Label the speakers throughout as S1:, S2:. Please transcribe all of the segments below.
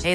S1: Hey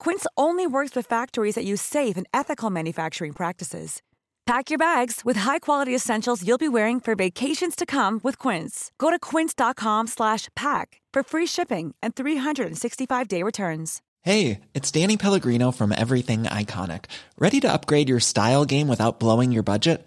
S2: Quince only works with factories that use safe and ethical manufacturing practices. Pack your bags with high-quality essentials you'll be wearing for vacations to come with Quince. Go to quince.com/pack for free shipping and 365-day returns.
S3: Hey, it's Danny Pellegrino from Everything Iconic. Ready to upgrade your style game without blowing your budget?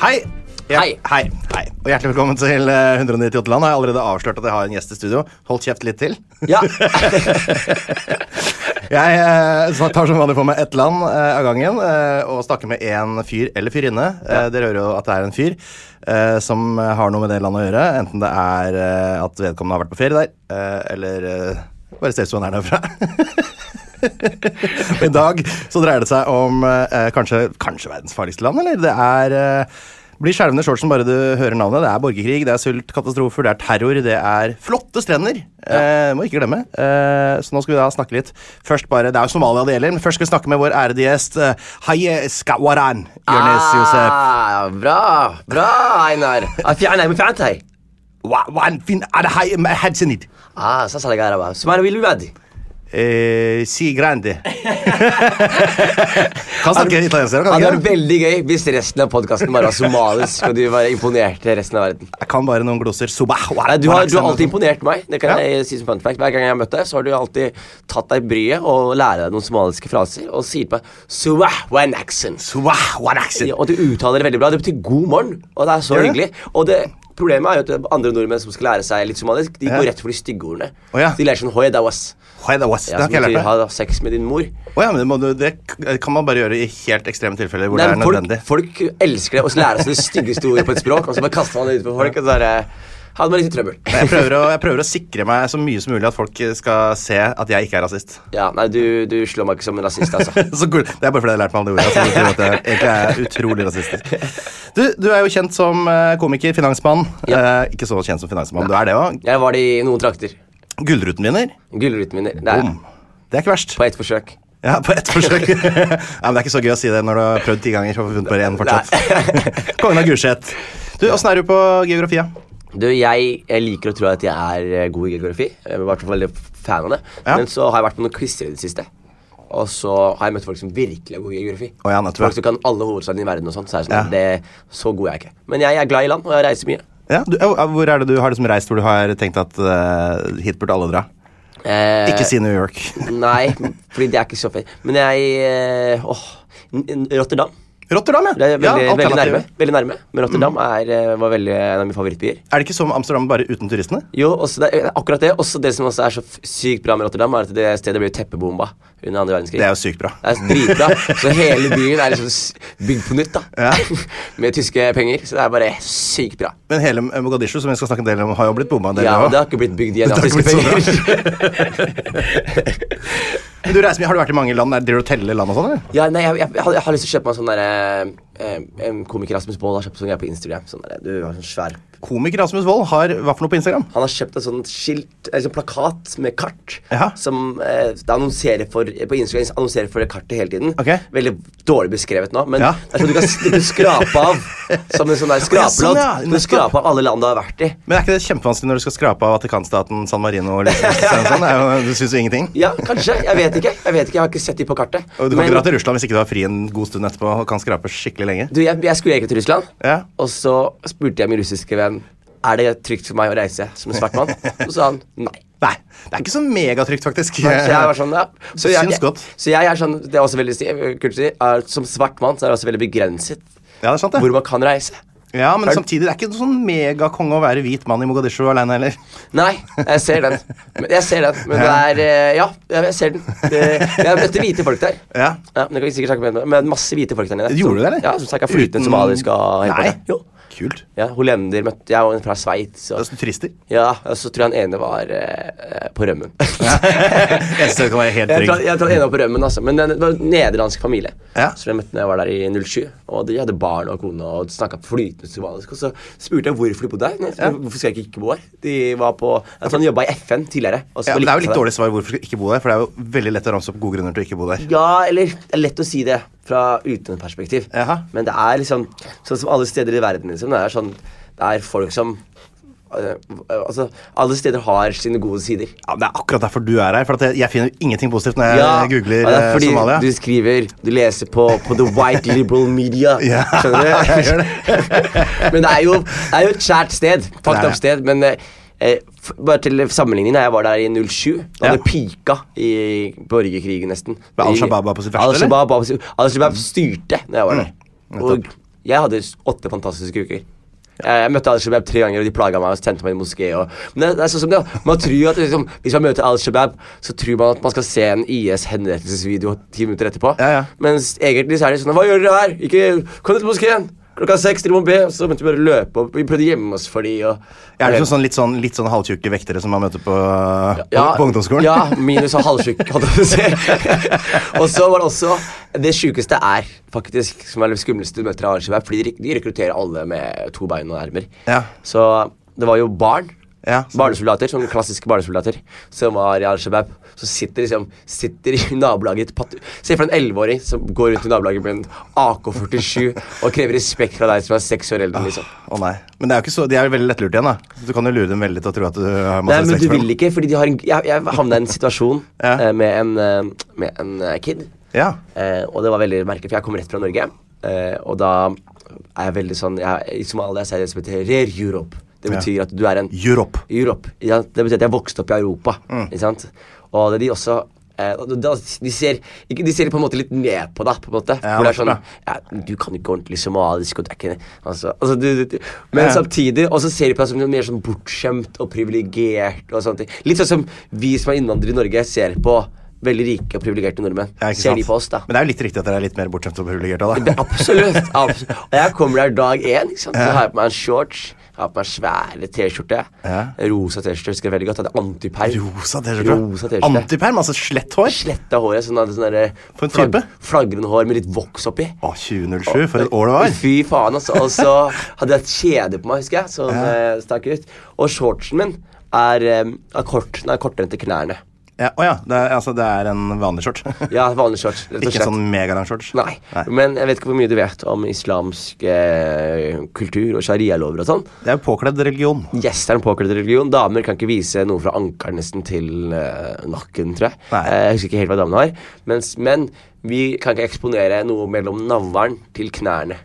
S4: Hei. Ja,
S5: Hei.
S4: hei. Hei. Og hjertelig velkommen til eh, 198 land. Har jeg allerede avslørt at jeg har en gjest i studio? Hold kjeft litt til.
S5: Ja.
S4: Jeg eh, så tar som vanlig for meg ett land eh, av gangen eh, og snakker med én fyr eller fyrinne. Eh, dere hører jo at det er en fyr eh, som eh, har noe med det landet å gjøre. Enten det er eh, at vedkommende har vært på ferie der, eh, eller eh, bare ser ut som han er derfra. Og I dag så dreier det seg om eh, kanskje, kanskje verdens farligste land, eller? Det er eh, blir skjelvende i shortsen bare du hører navnet. Det er borgerkrig, det er sult, katastrofer, det er terror, det er flotte strender. Eh, må ikke glemme. Eh, så nå skal vi da snakke litt. Først bare, Det er jo Somalia det gjelder, men først skal vi snakke med vår ærede gjest eh, Haye Skawaran. Jonis Josef.
S5: Ah, bra, bra, Ah, Einar. في عنا مفعمت هاي
S4: Wa- wan fin ad Haye ma- hadsenid. Ah,
S5: اه صلصه لقاربه سمعنا ويلو بادي
S4: Eh, Si grande. kan snakke italiensk,
S5: Ja,
S4: kan du
S5: det er
S4: ikke det?
S5: veldig gøy hvis resten av podkasten bare var somalisk. og du var imponert til resten av verden
S4: Jeg kan bare noen gloser. Subah, wa-
S5: Nei, du, har, du har
S4: wa-
S5: alltid imponert meg. Det kan
S4: Ja.
S5: jeg si som fun fact Hver gang jeg har møtt deg, så har du alltid tatt deg bryet og lærer deg noen somaliske fraser og sier på Suwah wan aksen."
S4: Subah, wa- accent.
S5: Ja, Og du uttaler det veldig bra. Det betyr 'god morgen', og det er så
S4: Gjør det?
S5: hyggelig. Og det Problemet er jo at det er andre nordmenn som skal lære seg litt somalisk, de
S4: Ja.
S5: går rett for de stygge ordene.
S4: Å, ja.
S5: Så De lærer sånn Hoi, dawas.
S4: Hoi, det var- det
S5: Ja,
S4: har
S5: som
S4: ikke jeg lært
S5: betyr
S4: meg.
S5: ha sex med din mor.
S4: Å ja, men det, må, du- det k- kan man bare gjøre i helt ekstreme tilfeller hvor
S5: Nei,
S4: det er
S5: men folk,
S4: nødvendig.
S5: folk elsker det, og så lærer seg det styggeste ordet på et språk, og så bare kaster man det ut på folk, og så er det hadde man litt trøbbel.
S4: Jeg prøver, å, jeg prøver å sikre meg så mye som mulig at folk skal se at jeg ikke er rasist.
S5: Ja, nei, du, du slår meg ikke som en rasist, altså.
S4: Så cool. Det er bare fordi jeg har lært meg alle de ordene. Så du tror at jeg egentlig er utrolig rasistisk. Du, du er jo kjent som eh, komiker, finansmann. Eh, ikke så kjent som finansmann, du er det òg.
S5: Jeg var det i noen trakter.
S4: Gullruten-vinner.
S5: Gullruten-vinner. Det er
S4: Bom. Det er ikke verst.
S5: på ett forsøk.
S4: Ja, på ett forsøk. Nei, men det er ikke så gøy å si det når du har prøvd ti ganger og funnet bare én fortsatt. Kongen av Gulset. Du, åssen er du på geografia?
S5: Du, jeg, jeg liker å tro at jeg er eh, god i geografi. Jeg var i hvert fall veldig fan av det.
S4: Ja.
S5: Men så har jeg vært på noen quizer i det siste. Og så har jeg møtt folk som virkelig er gode i geografi.
S4: Å ja, nettopp.
S5: folk som kan alle hovedstadene i verden og sånn. Så er jeg
S4: Ja.
S5: sånn, det, så god er jeg ikke. Men jeg, er glad i land, og jeg reiser mye.
S4: Ja, du, au, au, Hvor er det du har liksom reist hvor du har tenkt at eh, hit burde alle dra?
S5: Eh,
S4: Ikke si New York.
S5: Nei, fordi det er ikke så fett. Men jeg eh, Åh. N- Rotterdam.
S4: Rotterdam,
S5: Det er veldig, veldig,
S4: alternativet. Mm.
S5: nærme, veldig nærme. Men Rotterdam er, eh, var veldig en av mine favorittbyer.
S4: Er det ikke som Amsterdam, bare uten turistene?
S5: Jo, også det, eh, akkurat det. Også det som også er så f- sykt bra med Rotterdam, er at det stedet ble teppebomba under andre verdenskrig.
S4: Det er jo sykt bra.
S5: Det er dritbra. Så hele byen er liksom s- bygd på nytt, da. med tyske penger. Så det er bare sykt bra.
S4: Men hele Mogadishu, som vi skal snakke en del om, har jo blitt bomba en del.
S5: Ja,
S4: også.
S5: og det har ikke blitt bygd igjen
S4: Det
S5: av
S4: har ikke
S5: tyske
S4: blitt så
S5: penger.
S4: Men du reiser mye. Har du vært i mange land? Er- Driver du og teller land og sånn, eller?
S5: ja, nei, jeg, jeg, jeg, har- jeg har lyst til å kjøpe meg en sånn derre eh, en komiker Rasmus Baal har kjøpt sånn greie på Instagram. Sånn der, du har sånn svær
S4: Komiker Rasmus Wold har hva for noe på Instagram?
S5: han har kjøpt et sånt skilt, eller sånn plakat med kart
S4: Ja.
S5: som eh, det annonserer for på Instagram annonserer for det kartet hele tiden.
S4: Ok.
S5: Veldig dårlig beskrevet nå, men
S4: Ja.
S5: det er sånn du kan s- du kan skrape av som en sånn der
S4: Ja, sånn,
S5: skrapelodd.
S4: ja,
S5: Du
S4: nettopp.
S5: skraper av alle land du har vært i.
S4: Men er ikke det kjempevanskelig når du skal skrape av Vatikanstaten, San Marino og liksom, sånn? Det er jo- Du syns jo ingenting?
S5: Ja, kanskje. Jeg vet ikke. Jeg vet ikke, jeg har ikke sett de på kartet.
S4: Og Du kan
S5: Men-
S4: ikke dra til Russland hvis ikke du har fri en god stund etterpå og kan skrape skikkelig lenge.
S5: Du, jeg, jeg skulle egentlig til Russland,
S4: Ja.
S5: og så spurte jeg min russiske venn Er det trygt for meg å reise som en svart mann. Så sa han nei.
S4: Nei, det er ikke så megatrygt, faktisk.
S5: Så jeg var sånn, ja. så jeg,
S4: Syns godt.
S5: Så jeg er sånn, det er også veldig si- kult å si, er, som svart mann så er det også veldig begrenset
S4: Ja, det er sant, det.
S5: hvor man kan reise.
S4: Ja, men
S5: Er-
S4: samtidig, det er ikke noe sånn megakonge å være hvit mann i Mogadishu alene heller.
S5: Nei, jeg ser den. Men jeg ser den. Men det er eh, Ja, jeg ser den. Det, jeg møtte hvite folk der.
S4: Ja.
S5: men det kan vi sikkert snakke mer om, men masse hvite folk der nede.
S4: Gjorde du det, eller?
S5: Ja, som snakka flytende
S4: Uten-
S5: somalisk og helt på
S4: Nei.
S5: det. Jo.
S4: Kult.
S5: Ja, Hollender møtte jeg, og en fra Sveits.
S4: Det
S5: og-
S4: er sånn turister.
S5: Ja, og så tror jeg han ene var eh, eh, på rømmen.
S4: Eneste kan være helt
S5: Jeg tror
S4: trygg.
S5: jeg tror han ene var på rømmen, altså. Men det var en nederlandsk familie.
S4: Ja.
S5: Så jeg møtte når jeg var der i 07. Og de hadde barn og kone og snakka flytende somalisk. Og så spurte jeg hvorfor de bodde her. Nei, Hvorfor skal jeg ikke bo her? De var på Jeg tror han jobba i FN tidligere. og så
S4: Ja, det er jo
S5: likte
S4: litt
S5: han
S4: dårlig svar hvorfor skal jeg ikke bo der, for det er jo veldig lett å ramse opp gode grunner til å ikke bo der.
S5: Ja, eller det er lett å si det fra utenperspektiv.
S4: Jaha.
S5: Men det er liksom sånn som alle steder i verden. liksom Det er sånn Det er folk som eh, Altså, alle steder har sine gode sider.
S4: Ja, men Det er akkurat derfor du er her, for at jeg, jeg finner jo ingenting positivt når jeg googler
S5: ja, det er
S4: eh,
S5: fordi
S4: Somalia.
S5: Du skriver, du leser på, på The White Liberal Media.
S4: Ja,
S5: Skjønner du?
S4: jeg gjør
S5: men det er, jo, det er jo et kjært sted.
S4: Det er
S5: Fucked
S4: det.
S5: up sted. Men eh, eh, f- bare til sammenligning, da jeg var der i 07, da
S4: Ja.
S5: hadde det pika i borgerkrigen nesten.
S4: Var Al
S5: I-
S4: Shabaab på sitt verste,
S5: Al Shabaab altså, var på sitt- Al
S4: Mm.
S5: Shabaab styrte da jeg var der. og jeg hadde s- åtte fantastiske uker. Jeg jeg møtte Al Shabaab tre ganger, og de plaga meg og sendte meg i en moské. Og... Men det, det er sånn som det, da. man tror at liksom, Hvis man møter Al Shabaab, så tror man at man skal se en IS-henrettelsesvideo ti minutter etterpå.
S4: Ja, ja.
S5: Mens egentlig så er de sånn Hva gjør dere her? Ikke, Kom til moskeen! Klokka seks, dere må be. Og så begynte vi bare å løpe, og vi prøvde å gjemme oss for de og
S4: Jeg er liksom sånn litt sånn, litt sånn halvtjukke vektere som man møter på, på, på ungdomsskolen.
S5: Ja, minus og halvsjuk, holdt jeg på å si. og så var det også Det sjukeste er faktisk som er det skumleste du møter av Archibald, fordi de rek- de rekrutterer alle med to bein og ermer.
S4: Ja.
S5: Så det var jo barn.
S4: Ja, så-
S5: Barnesoldater, sånne klassiske barnesoldater som var i Al-Shabaab. Så sitter liksom Sitter i nabolaget pat- Se for deg en elleveåring som går rundt i nabolaget med en AK-47 og krever respekt fra deg som er seks år eldre. liksom
S4: Å nei. Men det er jo ikke så, de er jo veldig lettlurt igjen, da. Du kan jo lure dem veldig til å tro at du har
S5: Nei,
S4: masse
S5: men
S4: respekt
S5: du
S4: for
S5: vil
S4: dem.
S5: ikke, fordi de har en, jeg, jeg havna i en situasjon
S4: Ja.
S5: eh, med en, eh, med en eh, kid.
S4: Ja.
S5: Eh, og det var veldig merkelig, for jeg kom rett fra Norge. Eh, og da er jeg veldig sånn jeg, I Somalia sier jeg det som heter Rer Europe. Det
S4: Ja.
S5: betyr at du er en
S4: Europe. Mm.
S5: Europe. Ja, det betyr at jeg vokste opp i Europa. Ikke sant? Og det er de også eh, og da, de, ser, ikke, de ser på en måte litt ned på deg. På en måte,
S4: Ja,
S5: for det
S4: nettopp,
S5: er sånn ja, Du kan ikke ordentlig somalisk. Og du er ikke, altså, altså, du, du, du. Men
S4: Ja.
S5: samtidig også ser de på deg som noe mer sånn bortskjemt og privilegert. Og sånne ting. Litt sånn som vi som er innvandrere i Norge, ser på veldig rike og privilegerte nordmenn.
S4: Ja, ikke
S5: ser
S4: sant?
S5: de på oss, da.
S4: Men det er jo litt riktig at dere er litt mer bortskjemt og privilegerte. da.
S5: Det- Absolutt. absolutt. Og jeg kommer der dag én. Ikke sant? Så har jeg på meg en shorts. Jeg har på meg svære T-skjorte.
S4: Ja.
S5: Rosa T-skjorte husker jeg veldig godt. Jeg Hadde antiperm.
S4: Rosa
S5: Rosa
S4: T-skjorte.
S5: T-skjorte.
S4: Antiperm, altså slett hår.
S5: Sletta håret. Sånn, hadde sånn der,
S4: For en type.
S5: flagrende hår med litt voks oppi.
S4: Å, 2007, for et år det var.
S5: Fy faen, altså. Og så hadde jeg et kjede på meg, husker jeg, som eh, stakk ut. Og shortsen min er, eh, er, kort, den er kortere enn til knærne.
S4: Ja, å ja, det er, altså, det er en vanlig shorts.
S5: Ja, vanlig shorts. Rett og
S4: ikke en
S5: slett.
S4: sånn megalang shorts.
S5: Nei. Men jeg vet ikke hvor mye du vet om islamsk eh, kultur og sharialover og sånn.
S4: Det er jo påkledd religion.
S5: Gjester er en påkledd religion. Damer kan ikke vise noe fra ankelen nesten til eh, nakken, tror jeg.
S4: Nei.
S5: Eh, jeg husker ikke helt hva damene har. Mens menn, vi kan ikke eksponere noe mellom navlen til knærne.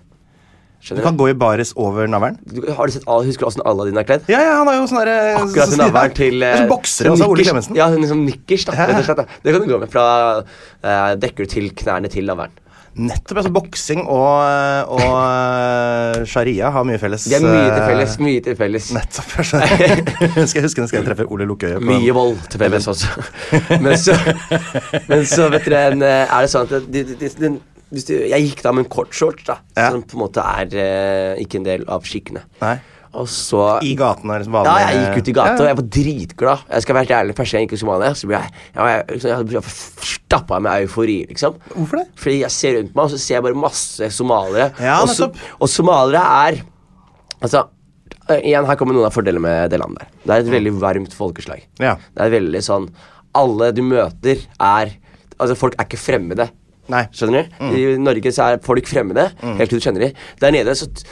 S4: Du
S5: Skjønner
S4: kan gå i baris over navlen.
S5: du? du? Har du sett, Al- husker du åssen Aladdin er kledd?
S4: Ja, ja, han har jo sånn derre
S5: Akkurat hun navlen til eh,
S4: Boksere også, altså, Ole
S5: nikkers.
S4: Klemetsen.
S5: Ja, hun liksom nikkers, da, rett og slett. Da. Det kan du gå med. Fra eh, dekker til knærne til navlen.
S4: Nettopp. altså Boksing og, og eh, sharia har mye felles.
S5: Det er mye til
S4: eh,
S5: felles. Mye til felles.
S4: Nettopp. jeg skjønner. skal jeg huske når jeg treffe Ole Lukkøye. på den.
S5: Mye vold til felles også. men, så, men så, vet dere, en, eh, er det sånn at de, de, de, den- hvis du, Jeg gikk da med en kort shorts, da,
S4: Ja.
S5: som på en måte er eh, ikke en del av skikkene.
S4: Nei.
S5: Og så
S4: I gatene? Liksom,
S5: ja, jeg gikk ut i gata, og jeg var dritglad. Jeg skal være helt ærlig, Første gang jeg gikk i Somalia, så ble jeg, jeg, var- jeg, jeg, jeg, stappa med eufori. liksom
S4: Hvorfor det?
S5: Fordi jeg ser rundt meg, og så ser jeg bare masse somaliere.
S4: Ja,
S5: og, so-
S4: nettopp.
S5: og somaliere er Altså, eh, igjen, her kommer noen av fordelene med det landet der. Det er et veldig varmt folkeslag.
S4: Ja.
S5: Det er veldig sånn Alle du møter, er Altså, folk er ikke fremmede.
S4: Nei. Mm.
S5: Skjønner du? I Norge så er folk fremmede. Helt til du kjenner dem. Der nede så t-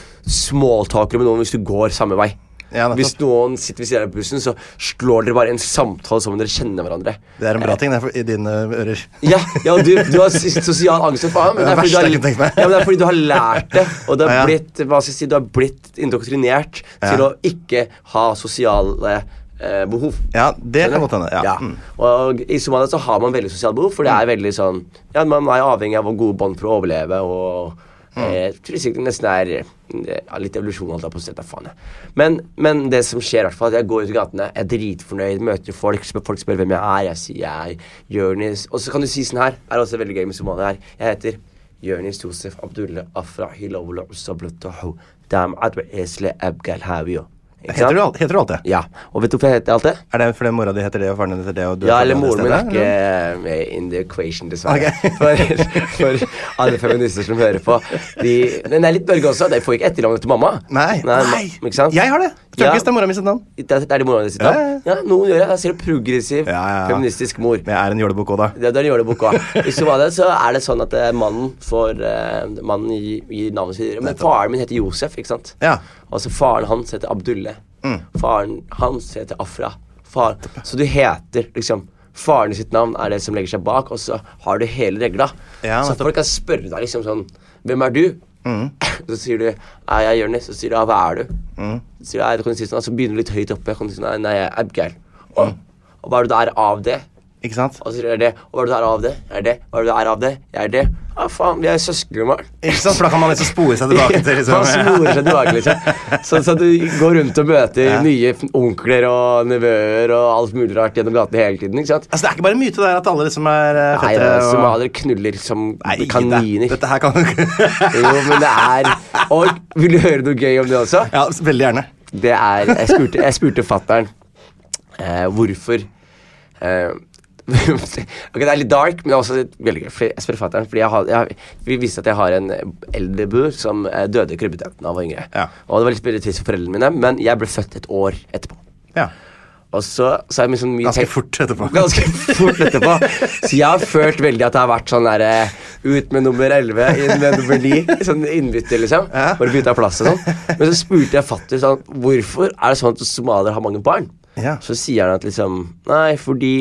S5: smalltalker du med noen hvis du går samme vei.
S4: Ja, nettopp.
S5: hvis noen sitter ved siden av bussen, så slår dere bare en samtale som om dere kjenner hverandre.
S4: Det er en bra ting det, for, i dine ører.
S5: Ja, ja og du, du har s- sosial angst for faen, men det,
S4: Det er
S5: er fordi
S4: det verste jeg kunne
S5: du har,
S4: tenkt meg.
S5: ja, men det er fordi du har lært det. Og du har
S4: Ja, ja.
S5: blitt, hva skal jeg si, du har blitt indoktrinert til å ikke ha sosiale eh, behov.
S4: Ja, det kan godt hende. Ja.
S5: Ja.
S4: Mm.
S5: Og I Somalia så har man veldig sosialt behov, for det er veldig sånn Ja, Man er avhengig av å ha gode bånd for å overleve, og
S4: Mm.
S5: eh, tror jeg sikkert nesten er eh, ja, litt evolusjon. Holdt jeg på å si, da faen jeg. Men, men det som skjer, i hvert fall, at jeg går ut i gatene, jeg er dritfornøyd, møter folk, spør, folk spør hvem jeg er, jeg sier jeg er Jonis Og så kan du si sånn her, er også veldig gøy med Somalia her, jeg heter Jonis Josef Abdullah Afra Hilawla Usablatahu Dam Adwa Esle Abgal Havio. Ikke sant?
S4: Heter du, al- heter du alt det?
S5: Ja. Og vet du hvorfor jeg heter alt det?
S4: Er det fordi mora di heter det, og faren din heter det? Og du er
S5: Ja,
S4: fra
S5: eller
S4: det
S5: moren min er
S4: stedet, eller?
S5: ikke med in the equation, dessverre. For, for alle feminister som hører på. De, den er litt Norge også. De får ikke etternavn etter mamma.
S4: Nei. Nei.
S5: ma- Ikke sant?
S4: Jeg har det! Tørkis, det er
S5: ja.
S4: mora mi sitt navn.
S5: Det er det er det mora di sitt
S4: Ja,
S5: navn? Ja, noen gjør det. Jeg ser en progressiv,
S4: Ja, ja, ja.
S5: feministisk mor.
S4: Men jeg er en jålebukk òg, da.
S5: Det, der gjør det boka. I Somalia så er det sånn at eh, mannen får eh, Mannen gir, gir navnet sitt Men faren min heter Josef, ikke sant?
S4: Ja. Mm.
S5: Og så faren hans heter Abdulle. Faren hans heter Afra. Far, så du heter liksom Faren sitt navn er det som legger seg bak, og så har du hele regla.
S4: Ja,
S5: så
S4: nettopp. Mm.
S5: folk kan spørre deg liksom sånn Hvem er du? Så sier du «Nei, jeg er Jonis. Så sier du ja, hva er du?
S4: Mm.
S5: Så sier du «Nei, du kan si sånn, og så begynner du litt høyt oppe. Kan du si, nei, nei, jeg er Abgeir.
S4: Mm.
S5: Og, og hva er det du er av det?
S4: Ikke sant?
S5: Og så er det Og hva er det du er av det? Er det? Hva er det du er av det? Jeg er det. Ja, faen, vi er søsken, Mark.
S4: Ikke sant? For da kan man liksom spore seg tilbake til liksom.
S5: Man smorer seg tilbake, liksom. Så, så du går rundt og møter nye f- onkler og nevøer og alt mulig rart gjennom gatene hele tiden, ikke sant?
S4: Altså, det er ikke bare en myte der at alle liksom er eh,
S5: Nei,
S4: fettere. og-
S5: somaliere knuller som
S4: Nei, ikke det.
S5: kaniner.
S4: Dette her kan du ikke
S5: Jo, men det er Og vil du høre noe gøy om det også?
S4: Ja, veldig gjerne.
S5: Det er Jeg spurte, jeg spurte fatteren eh, hvorfor eh, Ok, Det er litt dark, men det er også litt veldig gøy. Fordi jeg spør fatteren, fordi jeg har, jeg, har- vi visste at jeg har en eldrebur som eh, døde i krybbetenten da han var yngre.
S4: Ja.
S5: Og det var litt veldig trist for foreldrene mine, men jeg ble født et år etterpå.
S4: Ja.
S5: Og så, så er det liksom mye
S4: Ganske
S5: tenk-
S4: fort etterpå.
S5: Ganske fort etterpå. Så jeg har følt veldig at det har vært sånn derre Ut med nummer 11, inn med nummer 9. Sånn innbytte, liksom.
S4: Ja.
S5: Bare bytte av plass og sånn. Men så spurte jeg fatter sånn Hvorfor er det sånn at somaliere har mange barn?
S4: Ja.
S5: Så sier han at liksom Nei, fordi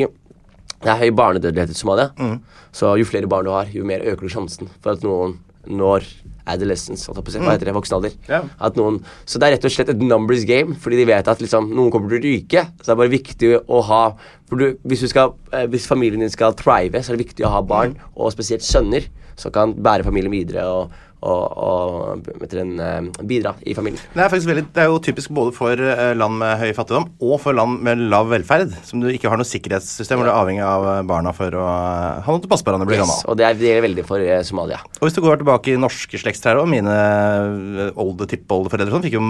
S5: det er høy barnedødelighet i Somalia.
S4: Mm.
S5: Så jo flere barn du har, jo mer øker du sjansen for at noen når adolescence. holdt jeg på å si. Hva heter det? Voksen alder.
S4: Mm. Ja.
S5: At noen, så det er rett og slett et numbers game, fordi de vet at liksom, noen kommer til å ryke. Så det er bare viktig å ha for du, hvis, du skal, eh, hvis familien din skal thrive, så er det viktig å ha barn,
S4: Mm.
S5: og spesielt sønner, som kan bære familien videre og, og, og vet dere, en, eh, bidra i familien.
S4: Det er faktisk veldig, det er jo typisk både for eh, land med høy fattigdom og for land med lav velferd, som du ikke har noe sikkerhetssystem hvor du er avhengig av eh, barna for å eh, ha noe til å passe på hverandre blir
S5: Yes,
S4: gammel.
S5: og det er, det er veldig for eh, Somalia.
S4: Og hvis du går tilbake i norske slektstrær òg, mine eh, olde tippoldeforeldre og sånn, fikk jo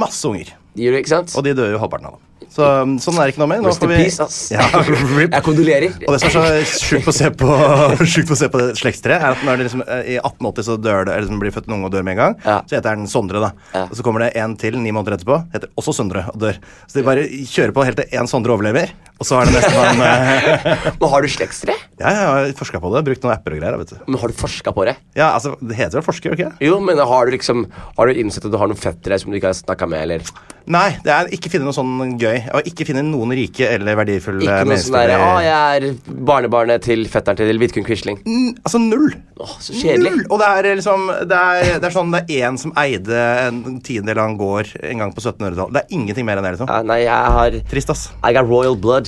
S4: masse unger.
S5: De gjør det, ikke sant?
S4: Og de dør jo halvparten av dem. Så um, sånn er det ikke noe mer. Nå
S5: Rest
S4: får
S5: in
S4: vi-
S5: peace, ass.
S4: Ja, rip.
S5: Jeg kondolerer.
S4: Og det som er så sjukt å se på, sjukt å se på det slektstreet, er at når det liksom, eh, i 1880 så dør det, eller liksom blir født en unge og dør med en gang,
S5: Ja.
S4: så heter den Sondre, da.
S5: Ja.
S4: Og så kommer det en til ni måneder etterpå, heter også Sondre og dør. Så de bare kjører på helt til én Sondre overlever, og så er det nesten en eh,
S5: Men har du slektstre?
S4: Ja, jeg har forska på det, brukt noen apper og greier, vet du.
S5: Men har du forska på det?
S4: Ja, altså, det heter vel forsker, gjør det ikke det?
S5: Jo, men har du liksom Har du innsett at du har noen fettere som du ikke har snakka med, eller
S4: Nei, det er ikke finne noe sånn gøy. Og ikke finne noen rike eller verdifulle
S5: Ikke noe sånn
S4: mennesker.
S5: derre
S4: eh,
S5: 'Å, jeg er barnebarnet til fetteren til Vidkun Quisling'.
S4: N- Altså null.
S5: Åh, så kjedelig.
S4: Null. Og det er liksom Det er, det er sånn det er én som eide en tiendedel av en gård en gang på 1700-tallet. Det er ingenting mer enn det, liksom.
S5: Ja, nei, jeg har
S4: Trist, ass.
S5: I got royal blood.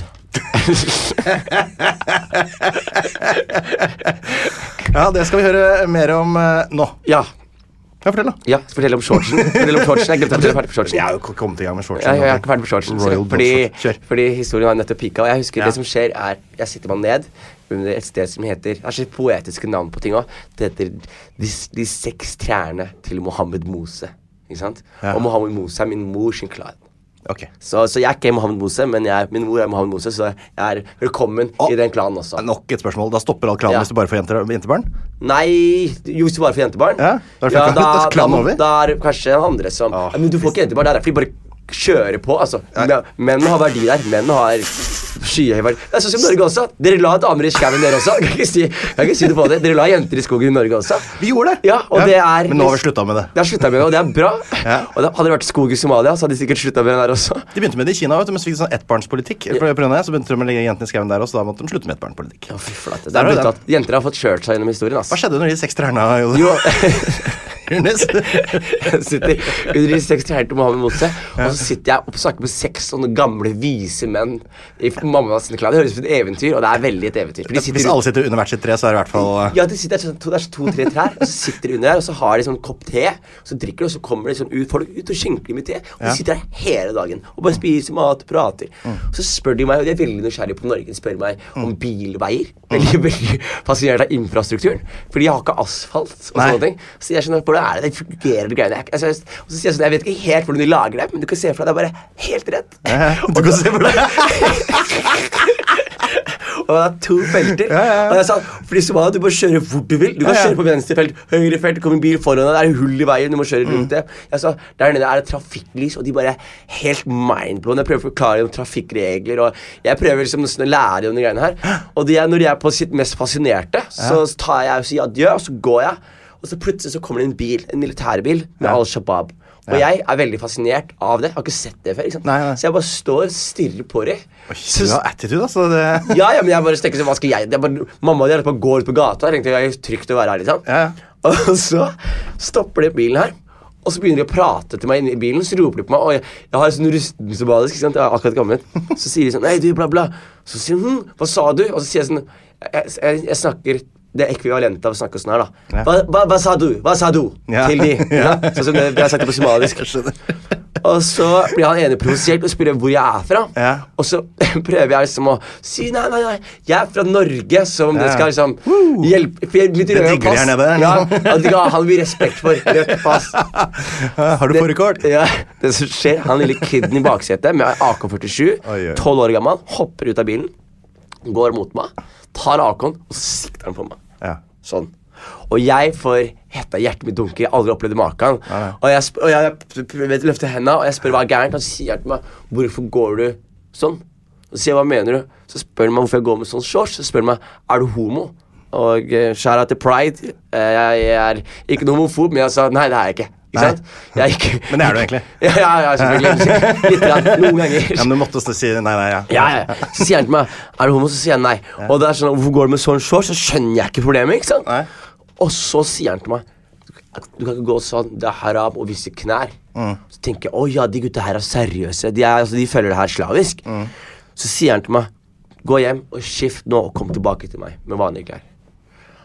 S4: Ja, det skal vi høre mer om eh, nå.
S5: Ja.
S4: Ja, fortell, da.
S5: ja Fortell om shortsen. Fortell om shortsen Jeg glemte at du var ferdig på shortsen.
S4: Jeg er jo k- kommet i gang med shortsen.
S5: Ja, jeg er ikke ferdig på shortsen.
S4: Royal
S5: så- Fordi,
S4: Bloodshot. Kjør.
S5: fordi historien har nettopp pika. Og jeg husker
S4: Ja.
S5: det som skjer er Jeg sitter meg ned under et sted som heter Det er så poetiske navn på ting òg. Det heter de, de seks trærne til Mohammed Mose. Ikke sant?
S4: Ja.
S5: Og Mohammed Mose er min mors sjokolade.
S4: Ok.
S5: Så, så jeg er ikke Mohammed Mose, men jeg, min mor er Mohammed Mose, så jeg er velkommen
S4: Å.
S5: i den klanen også.
S4: Nok et spørsmål. Da stopper all klanen
S5: Ja.
S4: hvis du bare får jenter, jentebarn?
S5: Nei Jo, hvis du bare får jentebarn.
S4: Ja, da er det klart- da er klanen
S5: må-
S4: over.
S5: da er det kanskje den andre som
S4: Ah.
S5: Men du får ikke jentebarn. Det er derfor vi bare kjører på. altså. Men- Menn har verdi der. Menn har skyhøy verdi. Det er sånn som Norge også. Dere la damer i skauen, dere også. Jeg kan ikke si, jeg kan ikke si det på det. Dere la jenter i skogen i Norge også.
S4: Vi gjorde det.
S5: Ja, og
S4: Ja,
S5: det er...
S4: men nå har vi sluttet med det.
S5: Det har sluttet med det, og det er bra.
S4: Ja.
S5: Og det, Hadde det vært skog i Somalia, så hadde de sikkert slutta med det der også.
S4: De begynte med det i Kina, vet du, men så fikk de sånn ettbarnspolitikk. Eller på- på grunn av det, Så begynte de å legge jentene i skauen der også, da måtte de slutte med ettbarnspolitikk.
S5: Å, fy flate. Det
S4: Der
S5: er
S4: har du
S5: brutalt. Jenter har fått kjørt seg gjennom historien, ass.
S4: Hva skjedde under de seks trærne?
S5: Jo,
S4: Jonis?
S5: jeg sitter under de seks trærne til Mohammed Motse, og så sitter jeg og snakker med seks sånne gamle, vise menn i mammas klær. Det høres ut som et eventyr, og det er veldig et eventyr. For de
S4: Hvis
S5: sitter
S4: alle sitter under hvert sitt tre, så er det i hvert fall eh,
S5: ja, de sitter, sånn- to- Det er sånn to-tre trær, og så sitter de under der, og så har de sånn kopp te. og Så drikker de, og så kommer det sånn ut, folk ut og skjenker dem i te. Og de sitter der hele dagen og bare spiser mat og prater.
S4: Mm.
S5: Og så spør de meg, og de er veldig nysgjerrige på Norge, de spør meg om bilveier.
S4: Mm.
S5: Veldig, veldig fascinert av infrastrukturen. Fordi jeg har ikke asfalt og
S4: Nei.
S5: sånne ting. Så jeg skjønner hvordan er det, det fungerer de greiene. Jeg, altså, jeg- og så sier jeg sånn, jeg vet ikke helt hvordan de lager det, men du kan se for deg det er bare helt rett.
S4: Du kan se for deg
S5: Og det er to felter. Og jeg sa, fordi Somalia, du må kjøre hvor du vil. Du kan
S4: Ja, ja.
S5: kjøre på venstre felt, høyre felt, det kommer en bil foran deg, det er hull i veien, du må
S4: Mm.
S5: kjøre rundt det. Jeg sa, der nede er det trafikklys, og de bare er helt mindblown. Jeg prøver å forklare dem trafikkregler, og jeg prøver liksom nesten å lære om de greiene her. Og de er, når de er på sitt mest fascinerte, så tar jeg og sier adjø, og så går jeg. Og så plutselig så kommer det en bil, en militærbil med Al Shabaab. Og jeg er veldig fascinert av det. Jeg har ikke sett det før. ikke sant?
S4: Nei, nei.
S5: Så jeg bare står og stirrer på dem.
S4: Oi, Du har attitude, altså. Det...
S5: Ja, ja, men jeg bare tenker sånn, hva skal jeg det er bare, Mamma og de er på går ut på gata. Jeg tenkte det er trygt å være her, liksom.
S4: Ja, ja.
S5: Og så stopper de bilen her. Og så begynner de å prate til meg inni bilen. Så roper de på meg. Og jeg, jeg har sånn rusten somalisk. ikke sant? Jeg har akkurat kommet. Så sier de sånn Nei, du, bla, bla. Så sier de hm, Hva sa du? Og så sier jeg sånn Jeg, jeg, jeg snakker det ekvivalente av å snakke sånn her, da.
S4: Ja.
S5: Hva, hva, hva sa du? Hva sa du?
S4: Ja.
S5: Til de. Ja.
S4: Ja.
S5: Sånn som det, det har sagt det på somalisk.
S4: Jeg skjønner.
S5: Og så blir han ene provosert og spør hvor jeg er fra.
S4: Ja.
S5: Og så prøver jeg liksom å si nei, nei, nei, jeg er fra Norge. Som om det
S4: Ja.
S5: skal liksom hjelpe for jeg- litt
S4: Det
S5: røde
S4: digger de her nede,
S5: Ja,
S4: liksom.
S5: at de ga han mye respekt for rødt pass.
S4: Har du fårikål?
S5: Ja, eh, det som skjer, han lille kiden i baksetet med
S4: Oi, oi.
S5: AK-47, 12 år gammel, hopper ut av bilen, går mot meg, tar AK-en og så sikter han på meg.
S4: Ja.
S5: Sånn. Og jeg får hetta hjertet mitt dunker. Jeg har aldri opplevd maken.
S4: nei.
S5: Og jeg, sp- og jeg, p- p- vet, løfter henda og jeg spør hva er gærent. Han sier han til meg 'Hvorfor går du sånn?' Så sier jeg 'Hva mener du?' Så spør han meg hvorfor jeg går med sånn shorts. Så spør han meg 'Er du homo?' Og eh, skjæra til pride. Eh, jeg, jeg er ikke noe homofob, men jeg sa 'Nei, det er jeg ikke'. Ikke
S4: Nei.
S5: sant? Jeg er ikke
S4: Men det er du egentlig.
S5: ja, ja, ja selvfølgelig. Litt. grann, Noen ganger.
S4: Ja, men du måtte si nei, nei, ja.
S5: Ja, ja. Så sier han til meg Er du homo, så sier jeg nei. Og det er sånn, hvorfor går du med sånn shorts? Så skjønner jeg ikke problemet. ikke sant?
S4: Nei.
S5: Og så sier han til meg Du kan ikke gå sånn, det er haram å vise knær.
S4: Mm.
S5: Så tenker jeg å ja, de gutta her er seriøse. De, er, altså, de følger det her slavisk.
S4: Mm.
S5: Så sier han til meg Gå hjem og skift nå og kom tilbake til meg med vanlige klær.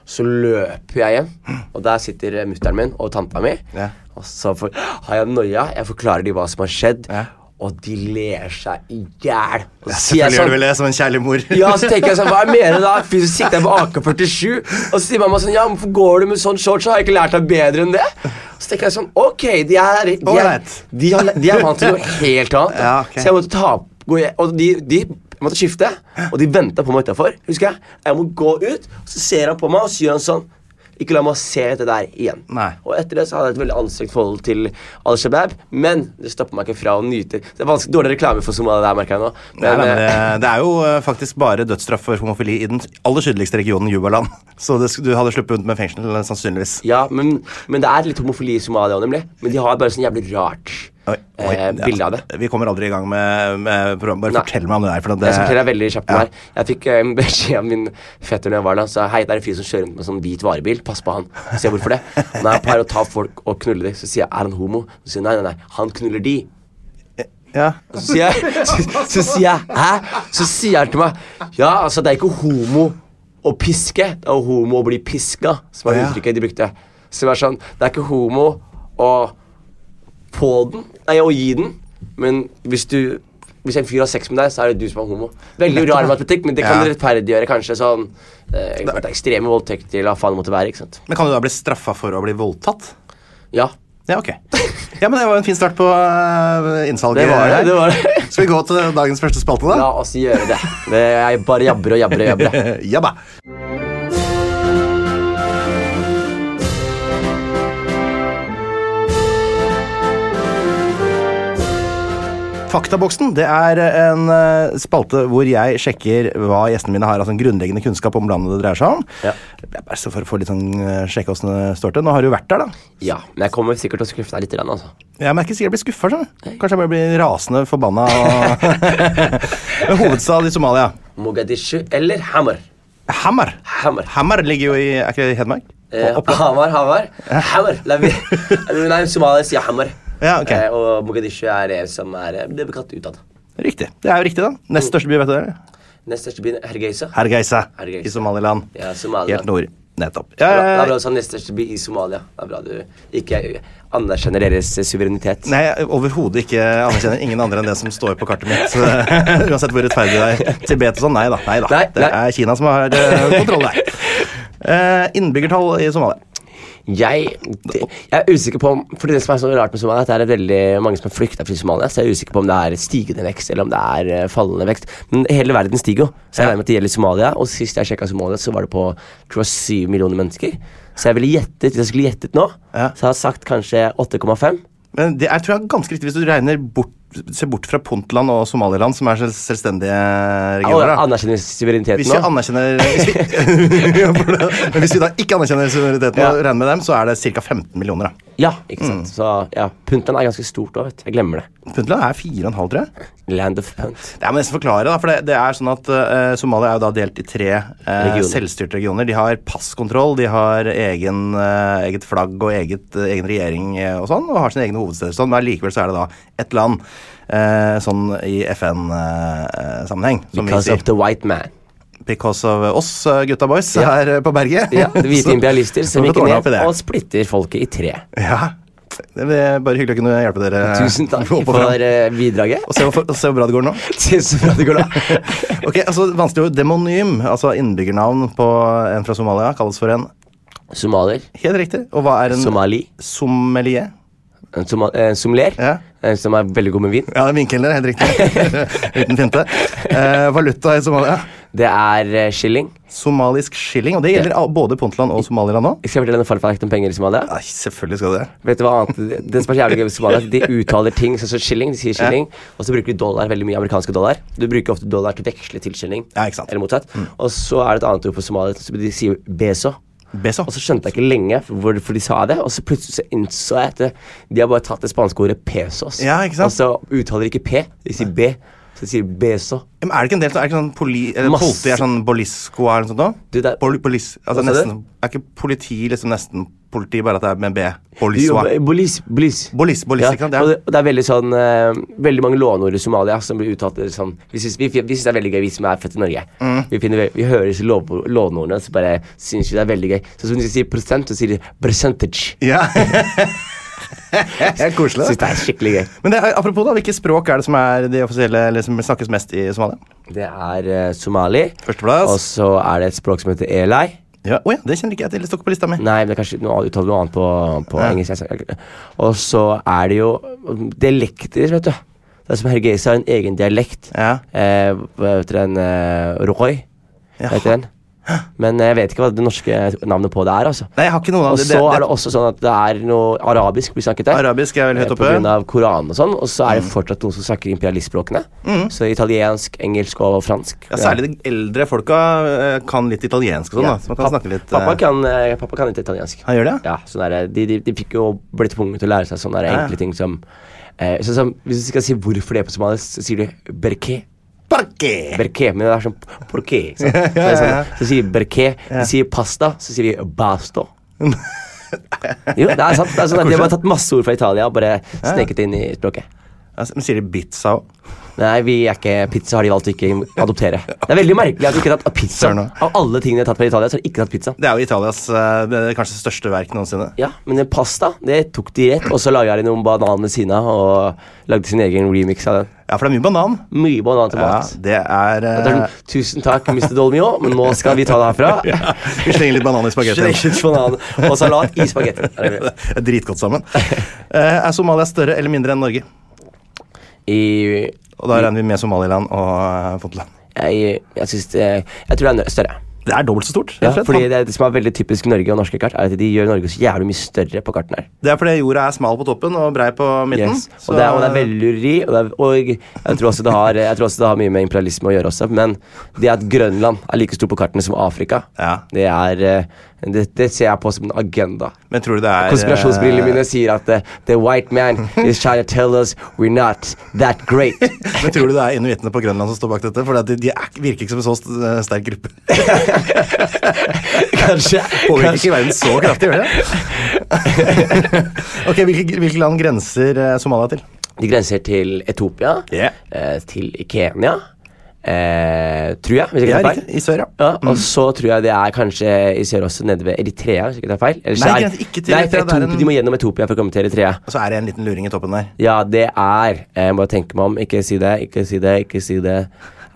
S5: Så løper jeg hjem, og der sitter eh, mutter'n min og tanta mi.
S4: Ja.
S5: Og så for, har jeg noia. Jeg forklarer dem hva som har skjedd,
S4: Ja.
S5: og de ler seg i hjel. Og så sier
S4: Selvfølgelig
S5: jeg
S4: gjør
S5: sånn-
S4: du vel det, som en kjærlig mor.
S5: ja, så tenker jeg sånn, hva er mer da? Fy, så sikter jeg på AK-47 Og så sier mamma sånn, ja, men hvorfor går du med sånn shorts? Har jeg ikke lært deg bedre enn det? Så tenker jeg sånn, ok, de er De er,
S4: Alright.
S5: de har, de er vant til noe helt annet da.
S4: Ja, ok.
S5: Så jeg måtte ta gå, hjem, Og de, de jeg måtte skifte Og de ventet på meg utenfor, husker jeg Jeg må gå ut, og så ser han på meg Og så gjør han sånn ikke la meg se det der igjen
S4: Nei.
S5: Og etter det så hadde jeg et veldig anstrengt forhold til Al-Shabaab Men det stopper meg ikke fra å nyte Det er vanskelig, dårlig reklame for Somalia der, merker jeg nå
S4: Nei, nei, men
S5: eh,
S4: det, det er jo eh, faktisk bare dødsstraff for homofili i den aller sydligste regionen, Jubaland. Så det, sk- du hadde sluppet unna med fengsel, eh, sannsynligvis.
S5: Ja, men, men det er litt homofili i Somalia også, nemlig. Men de har bare sånn jævlig rart
S4: Oi, oi,
S5: eh, bilde av det.
S4: altså, Vi kommer aldri i gang med, med program. Bare
S5: Nei.
S4: fortell meg om det der. For at
S5: Jeg skal fortelle
S4: det,
S5: deg veldig kjapt om det her. Jeg fikk eh, en beskjed av min fetter når jeg var der. Så hei, det er en fyr som kjører rundt med sånn hvit varebil. Pass på han. Så sier jeg hvorfor det? Når han pleier å ta folk og knulle dem, så sier jeg er han homo? Så sier jeg nei, nei, nei, han knuller de.
S4: ja.
S5: Og Så sier jeg, så, så sier jeg hæ? Så sier han til meg ja, altså det er ikke homo å piske, det er homo å bli piska, som
S4: Å,
S5: var
S4: ja.
S5: uttrykket de brukte. Så det var sånn, det er ikke homo å på den, nei, å gi den, men hvis du hvis en fyr har sex med deg, så er det du som er homo. Veldig rar matematikk, men det kan
S4: Ja.
S5: rettferdiggjøre kanskje sånn eh, at det er ekstreme voldtekter eller hva faen det måtte være. ikke sant?
S4: Men kan du da bli straffa for å bli voldtatt?
S5: Ja.
S4: Ja, ok. Ja, men det var en fin start på eh, innsalget.
S5: Det var det. det, var det.
S4: Skal vi gå til dagens første spalte, da?
S5: La oss gjøre det. det jeg bare jabber og jabber og jabber.
S4: Jabba. Faktaboksen det er en eh, spalte hvor jeg sjekker hva gjestene mine har av sånn grunnleggende kunnskap om landet det dreier seg om.
S5: Ja.
S4: Det er Bare så for å få litt sånn eh, sjekke åssen det står til. Nå har du vært der, da.
S5: Ja, Men jeg kommer sikkert til å skuffe deg litt. grann, Altså.
S4: Jeg merker sikkert jeg blir skuffa. Kanskje jeg bare blir rasende forbanna. Og... Men Hovedstad i Somalia.
S5: Mogadishu eller Hammer?
S4: Hammer.
S5: Hammer.
S4: Hammer ligger jo i Er ikke det i Hedmark?
S5: Eh, Hamar, Hamar. Hammer. La vi- Nei, somalier sier Hammer.
S4: Ja, ok.
S5: Eh, og Mogadishu er det som er eh, det blir kalt utad.
S4: Riktig. Det er jo riktig, da. Nest største by, vet du det?
S5: Nest største byen er Hargeisa.
S4: Hargeisa
S5: Hargeisa.
S4: i Somaliland.
S5: Ja, Somalia.
S4: Helt nord. Nettopp.
S5: Det er bra- det er
S4: Eh,
S5: bra du sa nest største by i Somalia. Det er bra du ikke anerkjenner deres eh, suverenitet.
S4: Nei, jeg overhodet ikke anerkjenner ingen andre enn det som står på kartet mitt. Så, Uansett hvor rettferdig det er. Tibet og sånn, nei da. Nei da.
S5: Nei,
S4: Det
S5: nei.
S4: er Kina som har eh, kontroll der. Eh, innbyggertall i Somalia.
S5: Jeg, det, jeg er usikker på om For det som er så rart med Somalia, er at det er veldig mange som har flykta fra Somalia, så jeg er usikker på om det er stigende vekst eller om det er eh, fallende vekst. Men hele verden stiger jo, så jeg regner med at det gjelder Somalia. Og sist jeg sjekka Somalia, så var det på tror jeg, 7 millioner mennesker. Så jeg ville gjettet, hvis jeg skulle gjettet nå,
S4: Ja.
S5: så hadde jeg sagt kanskje 8,5.
S4: Men det er tror jeg, ganske riktig hvis du regner bort, ser bort fra Puntland og Somaliland, som er selv- selvstendige
S5: Og
S4: regioner. da.
S5: anerkjenner suvereniteten
S4: Hvis vi
S5: nå.
S4: anerkjenner hvis vi, Men hvis vi da ikke anerkjenner suvereniteten og
S5: Ja.
S4: regner med dem, så er det ca. 15 millioner. da.
S5: Ja, ikke
S4: Mm.
S5: sant. Så ja, Puntland er ganske stort òg, vet du. Jeg glemmer det.
S4: Puntland er 4,5, tror jeg.
S5: Land of Punt.
S4: Det må nesten forklare, da, for det, det er sånn at eh, Somalia er jo da delt i tre eh,
S5: Regioner.
S4: selvstyrte regioner. De har passkontroll, de har egen, eh, eget flagg og eget, eh, egen regjering eh, og sånn, og har sine egne hovedsteder og sånn, men likevel så er det da ett land. eh, sånn i eh, FN-sammenheng.
S5: Because of the white man.
S4: because of oss, eh, gutta boys,
S5: Ja.
S4: her eh, på berget.
S5: Ja, Hvite
S4: Så-
S5: imperialister
S4: så
S5: som
S4: vi
S5: gikk
S4: får ordne
S5: ned
S4: opp i det.
S5: og splitter folket i tre.
S4: Ja. Det er bare hyggelig å kunne hjelpe dere.
S5: Tusen takk
S4: Gå på
S5: for
S4: fram.
S5: eh, bidraget.
S4: Og se hvor, og se hvor bra det går nå.
S5: Tusen bra det går da.
S4: Ok, altså Vanskelig ord. Demonym, altså innbyggernavn på en fra Somalia, kalles for en
S5: Somalier.
S4: Helt riktig. Og hva er en
S5: Somali.
S4: sommelier?
S5: En soma, eh, somler.
S4: Ja.
S5: En som er veldig god med vin.
S4: Ja, vinkel der. Helt riktig. Uten finte. Eh, valuta i Somalia?
S5: Det er eh, shilling.
S4: Somalisk shilling. Og det gjelder al- både Puntland og Somaliland nå?
S5: Skal jeg fortelle en fallfakt om penger i Somalia?
S4: Nei, selvfølgelig skal det det.
S5: Vet du hva annet? Det som er så jævlig gøy med Somalia, er at de uttaler ting sånn som shilling. De sier shilling, og så bruker de dollar veldig mye. amerikanske dollar. Du bruker ofte dollar til å veksle til shilling.
S4: Ja, ikke sant. Mm.
S5: Eller motsatt. Og så er det et annet ord på Somalia, så de sier beso.
S4: Beso.
S5: Og så skjønte jeg ikke lenge hvorfor de sa det, og så plutselig så innså jeg at det- de har bare tatt det spanske ordet pesos.
S4: Ja, ikke sant?
S5: Og så uttaler de ikke P, de sier B. Så de sier beso.
S4: Ja, Men er det ikke en del sånn, er det ikke sånn poli, eller
S5: Masse-
S4: politi er sånn bolisco eller noe sånt da?
S5: Du, det er-
S4: Pol, polis, altså
S5: Hva sa
S4: nesten, er ikke politi liksom nesten politi, bare at det er med B? Boliswa.
S5: Jo, Bolis. Bolis,
S4: Bolis, bolis, ikke sant?
S5: Og,
S4: Ja.
S5: det, og det er veldig sånn eh, Veldig mange låneord i Somalia som blir uttalt eh, sånn Vi syns vi, vi synes det er veldig gøy, vi som er født i Norge.
S4: Mm.
S5: Vi, finner, ve- vi hører disse lov- låneordene, så bare syns vi det er veldig gøy. Sånn som de sier prosent, så sier de percentage.
S4: Ja. det er koselig.
S5: Syns
S4: da.
S5: det er skikkelig gøy.
S4: Men det er, apropos, da, hvilke språk er det som er de offisielle, eller som snakkes mest i Somalia?
S5: Det er eh, somali,
S4: Førsteplass.
S5: og så er det et språk som heter elai.
S4: Ja, Å ja, det kjenner ikke jeg til. Det står ikke på lista mi.
S5: Nei, men det er kanskje noe annet, uttaler noe annet på, på engelsk. jeg sa- Og så er det jo dialekter, vet du. Det er som Hergeisa har en egen dialekt.
S4: Ja.
S5: Eh, hva heter den? Eh, Roy, heter den. Men jeg vet ikke hva det norske navnet på det er. altså.
S4: Nei, jeg har ikke noen av
S5: Og
S4: det.
S5: så er det også sånn at det er noe arabisk blir snakket der.
S4: Arabisk er vel helt
S5: eh, På
S4: oppe. Mm.
S5: grunn av Koranen og sånn. Og så er det fortsatt noen som snakker imperialistspråkene. Så italiensk, engelsk og fransk.
S4: ja, Særlig de eldre folka eh, kan litt italiensk og sånn, da. Så man kan
S5: Pappa-
S4: snakke litt
S5: Pappa
S4: eh,
S5: kan, eh, pappa kan litt italiensk.
S4: Han gjør det?
S5: Ja, sånn der, de, de, de fikk jo ble tvunget til å lære seg sånne der,
S4: Ja, ja.
S5: enkle ting som eh, sånn som, Hvis du skal si hvorfor det er på somalisk, så sier du berke.
S4: Parke!
S5: Berke, men det er sånn porke. Så, så, det er sånn, så sier de berke. De sier pasta, så sier de basto. Jo, det er sant. Det er sånn, at de har bare tatt masse ord fra Italia og bare sneket det inn i språket.
S4: Altså, men sier de pizza òg?
S5: Nei, vi er ikke pizza har de valgt å ikke adoptere. Det er veldig merkelig at de ikke har tatt pizza.
S4: Søren også.
S5: Av alle tingene de har tatt fra Italia, så har de ikke tatt pizza.
S4: Det er jo Italias eh, det er kanskje største verk noensinne.
S5: Ja, men den pasta det tok de rett, og så laga de noen bananer ved siden av og lagde sin egen remix av den.
S4: Ja, Ja, for det er mye banan.
S5: Mye banan til
S4: Ja,
S5: mat.
S4: det er
S5: Det er
S4: eh,
S5: sånn, Tusen takk, Mr. Dolmio, men nå skal vi ta det herfra.
S4: Vi slenger litt banan i spagettien.
S5: Slenger ut banan og salat i spagetti.
S4: Det er Dritgodt sammen. Eh, er Somalia større eller mindre enn Norge?
S5: I
S4: Og da regner vi med Somaliland og eh, Puntland.
S5: Jeg, jeg, synes det, jeg tror det er nø- større.
S4: Det er dobbelt så stort.
S5: Ja,
S4: rett og slett.
S5: fordi det, er det som er veldig typisk Norge og norske kart, er at de gjør Norge så jævlig mye større på kartene her.
S4: Det er fordi jorda er smal på toppen og brei på midten.
S5: Yes. Og, det er, og det er velureri, og, det er, og jeg, tror også det har, jeg tror også det har mye med imperialisme å gjøre også, men det at Grønland er like stor på kartene som Afrika,
S4: Ja.
S5: det, er, eh, det, det ser jeg på som en agenda.
S4: Men tror du det er eh,
S5: Konspirasjonsbrillene mine sier at eh, the white man is trying to tell us we're not that great.
S4: Men tror du det er inuittene på Grønland som står bak dette? For de, de er, ikke- virker ikke som en så st- eh, sterk gruppe.
S5: Kanskje,
S4: Påvirker
S5: kanskje-
S4: ikke verden så kraftig, gjør det? ok, hvilke, hvilke land grenser eh, Somalia til?
S5: De grenser til Etopia,
S4: Ja.
S5: eh, til Kenya, eh, tror jeg. Hvis jeg
S4: Ja,
S5: ikke tar
S4: riktig. I
S5: feil.
S4: sør, ja.
S5: Ja, og så tror jeg det er kanskje Jeg ser også nede ved Eritrea, hvis jeg ikke tar feil. Ellers
S4: Nei,
S5: er-
S4: grenser ikke til
S5: Nei,
S4: Eritrea, det er
S5: Etopia-
S4: en-
S5: De må gjennom Etopia for å komme til Eritrea.
S4: Og så er det en liten luring i toppen der.
S5: Ja, det er Jeg må tenke meg om. Ikke si det, ikke si det, ikke si det.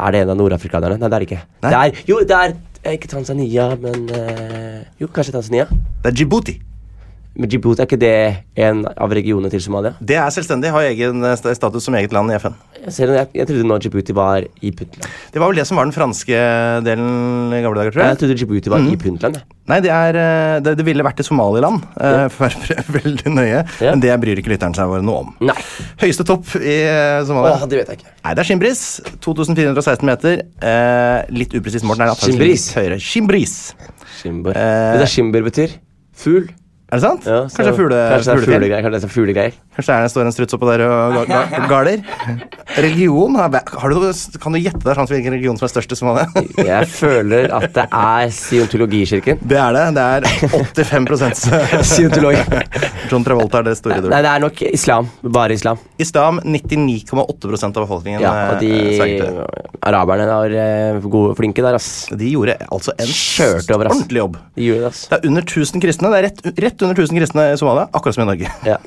S5: Er det en av nordafrikanerne? Nei, det er det ikke.
S4: Nei.
S5: Det er, jo, det er eh, ikke Tanzania, men eh, Jo, kanskje Tanzania.
S4: Det er Djibouti.
S5: Men Djibouti, er ikke det en av regionene til Somalia?
S4: Det er selvstendig, har egen eh, sta- status som eget land i FN.
S5: Jeg, ser, jeg, jeg trodde nå Djibouti var i Puntland.
S4: Det var vel det som var den franske delen i gamle dager, tror
S5: Jeg
S4: jeg.
S5: trodde Djibouti var
S4: Mm.
S5: i Puntland. jeg.
S4: Nei, det, er, eh, det, det ville vært et Somaliland, eh, for å være veldig nøye.
S5: Ja.
S4: Men det bryr ikke lytteren seg noe om.
S5: Nei.
S4: Høyeste topp i eh, Somalia?
S5: Åh, det vet jeg ikke.
S4: Nei, det er Skimbris. 2416 meter. Eh, litt upresist, Morten. Er det antageligvis
S5: Shimbris.
S4: litt høyere. Skimbris.
S5: Skimber.
S4: Eh.
S5: Vet du hva skimber betyr? Fugl.
S4: Er det sant?
S5: Ja, så-
S4: kanskje det er fugle,
S5: kanskje det er
S4: fuglefjell?
S5: fuglegreier. Kanskje det er fuglegreier.
S4: Kanskje det er- står en struts oppå der og ga- ga- galer? Religion? har væ- Har du, noe- kan du gjette deg fram til hvilken religion som er størst i Somalia?
S5: Jeg føler at det er Scientologikirken.
S4: Det er det. Det er 85
S5: Scientologi.
S4: John Travolta er det store
S5: Nei,
S4: idol.
S5: det er nok islam. Bare islam.
S4: Islam 99,8 av befolkningen.
S5: Ja, og de
S4: eh, sverger til det.
S5: araberne var eh, gode, flinke der, ass.
S4: de gjorde altså en
S5: Kjørte over, ass.
S4: ordentlig jobb.
S5: De gjorde det, ass.
S4: Det er under 1000 kristne. Det er rett, rett under 1000 kristne i Somalia, akkurat som i Norge.
S5: Ja.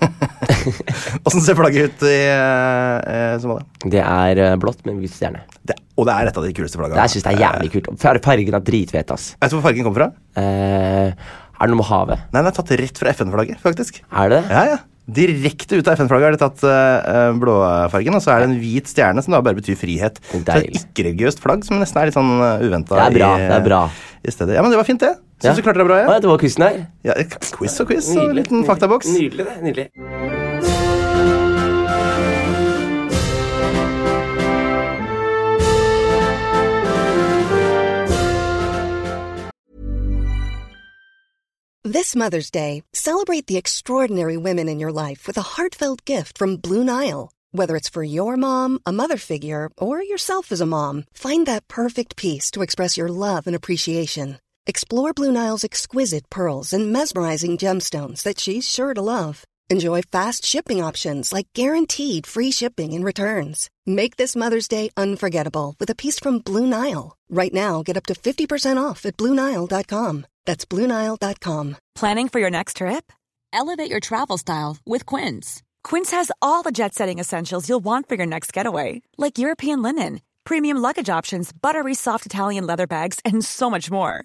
S4: Åssen ser flagget ut i eh, Somalia?
S5: Det er eh, blått med en hvit stjerne.
S4: Det, og det er et av de kuleste flaggene.
S5: Det syns jeg er jævlig kult. Far- Fargen er dritfet, ass.
S4: Vet du hvor fargen kommer fra?
S5: Eh, er det noe med havet?
S4: Nei, Den er tatt rett fra FN-flagget, faktisk.
S5: Er det det?
S4: Ja, ja. Direkte ut av FN-flagget har de tatt eh, blåfargen, og så er det en hvit stjerne som da bare betyr frihet. Så det er et
S5: Deilig.
S4: ikke-religiøst flagg som nesten er litt sånn uventa.
S5: Det er bra, det er bra.
S4: I stedet. Ja, men det var fint, det. Syns
S5: Ja.
S4: du klarte deg bra?
S5: Å,
S4: Ja?
S5: det var quizen her.
S4: Ja, quiz og quiz og liten faktaboks.
S5: Nydelig, det. Nydelig.
S6: This Mother's Day, celebrate the extraordinary women in your life with a heartfelt gift from Blue Nile. Whether it's for your mom, a mother figure, or yourself as a mom, find that perfect piece to express your love and appreciation. Explore Blue Nile's exquisite pearls and mesmerizing gemstones that she's sure to love. Enjoy fast shipping options like guaranteed free shipping and returns. Make this Mother's Day unforgettable with a piece from Blue Nile. Right now, get up to 50% off at BlueNile.com. That's BlueNile.com.
S2: Planning for your next trip? Elevate your travel style with Quince. Quince has all the jet setting essentials you'll want for your next getaway, like European linen, premium luggage options, buttery soft Italian leather bags, and so much more.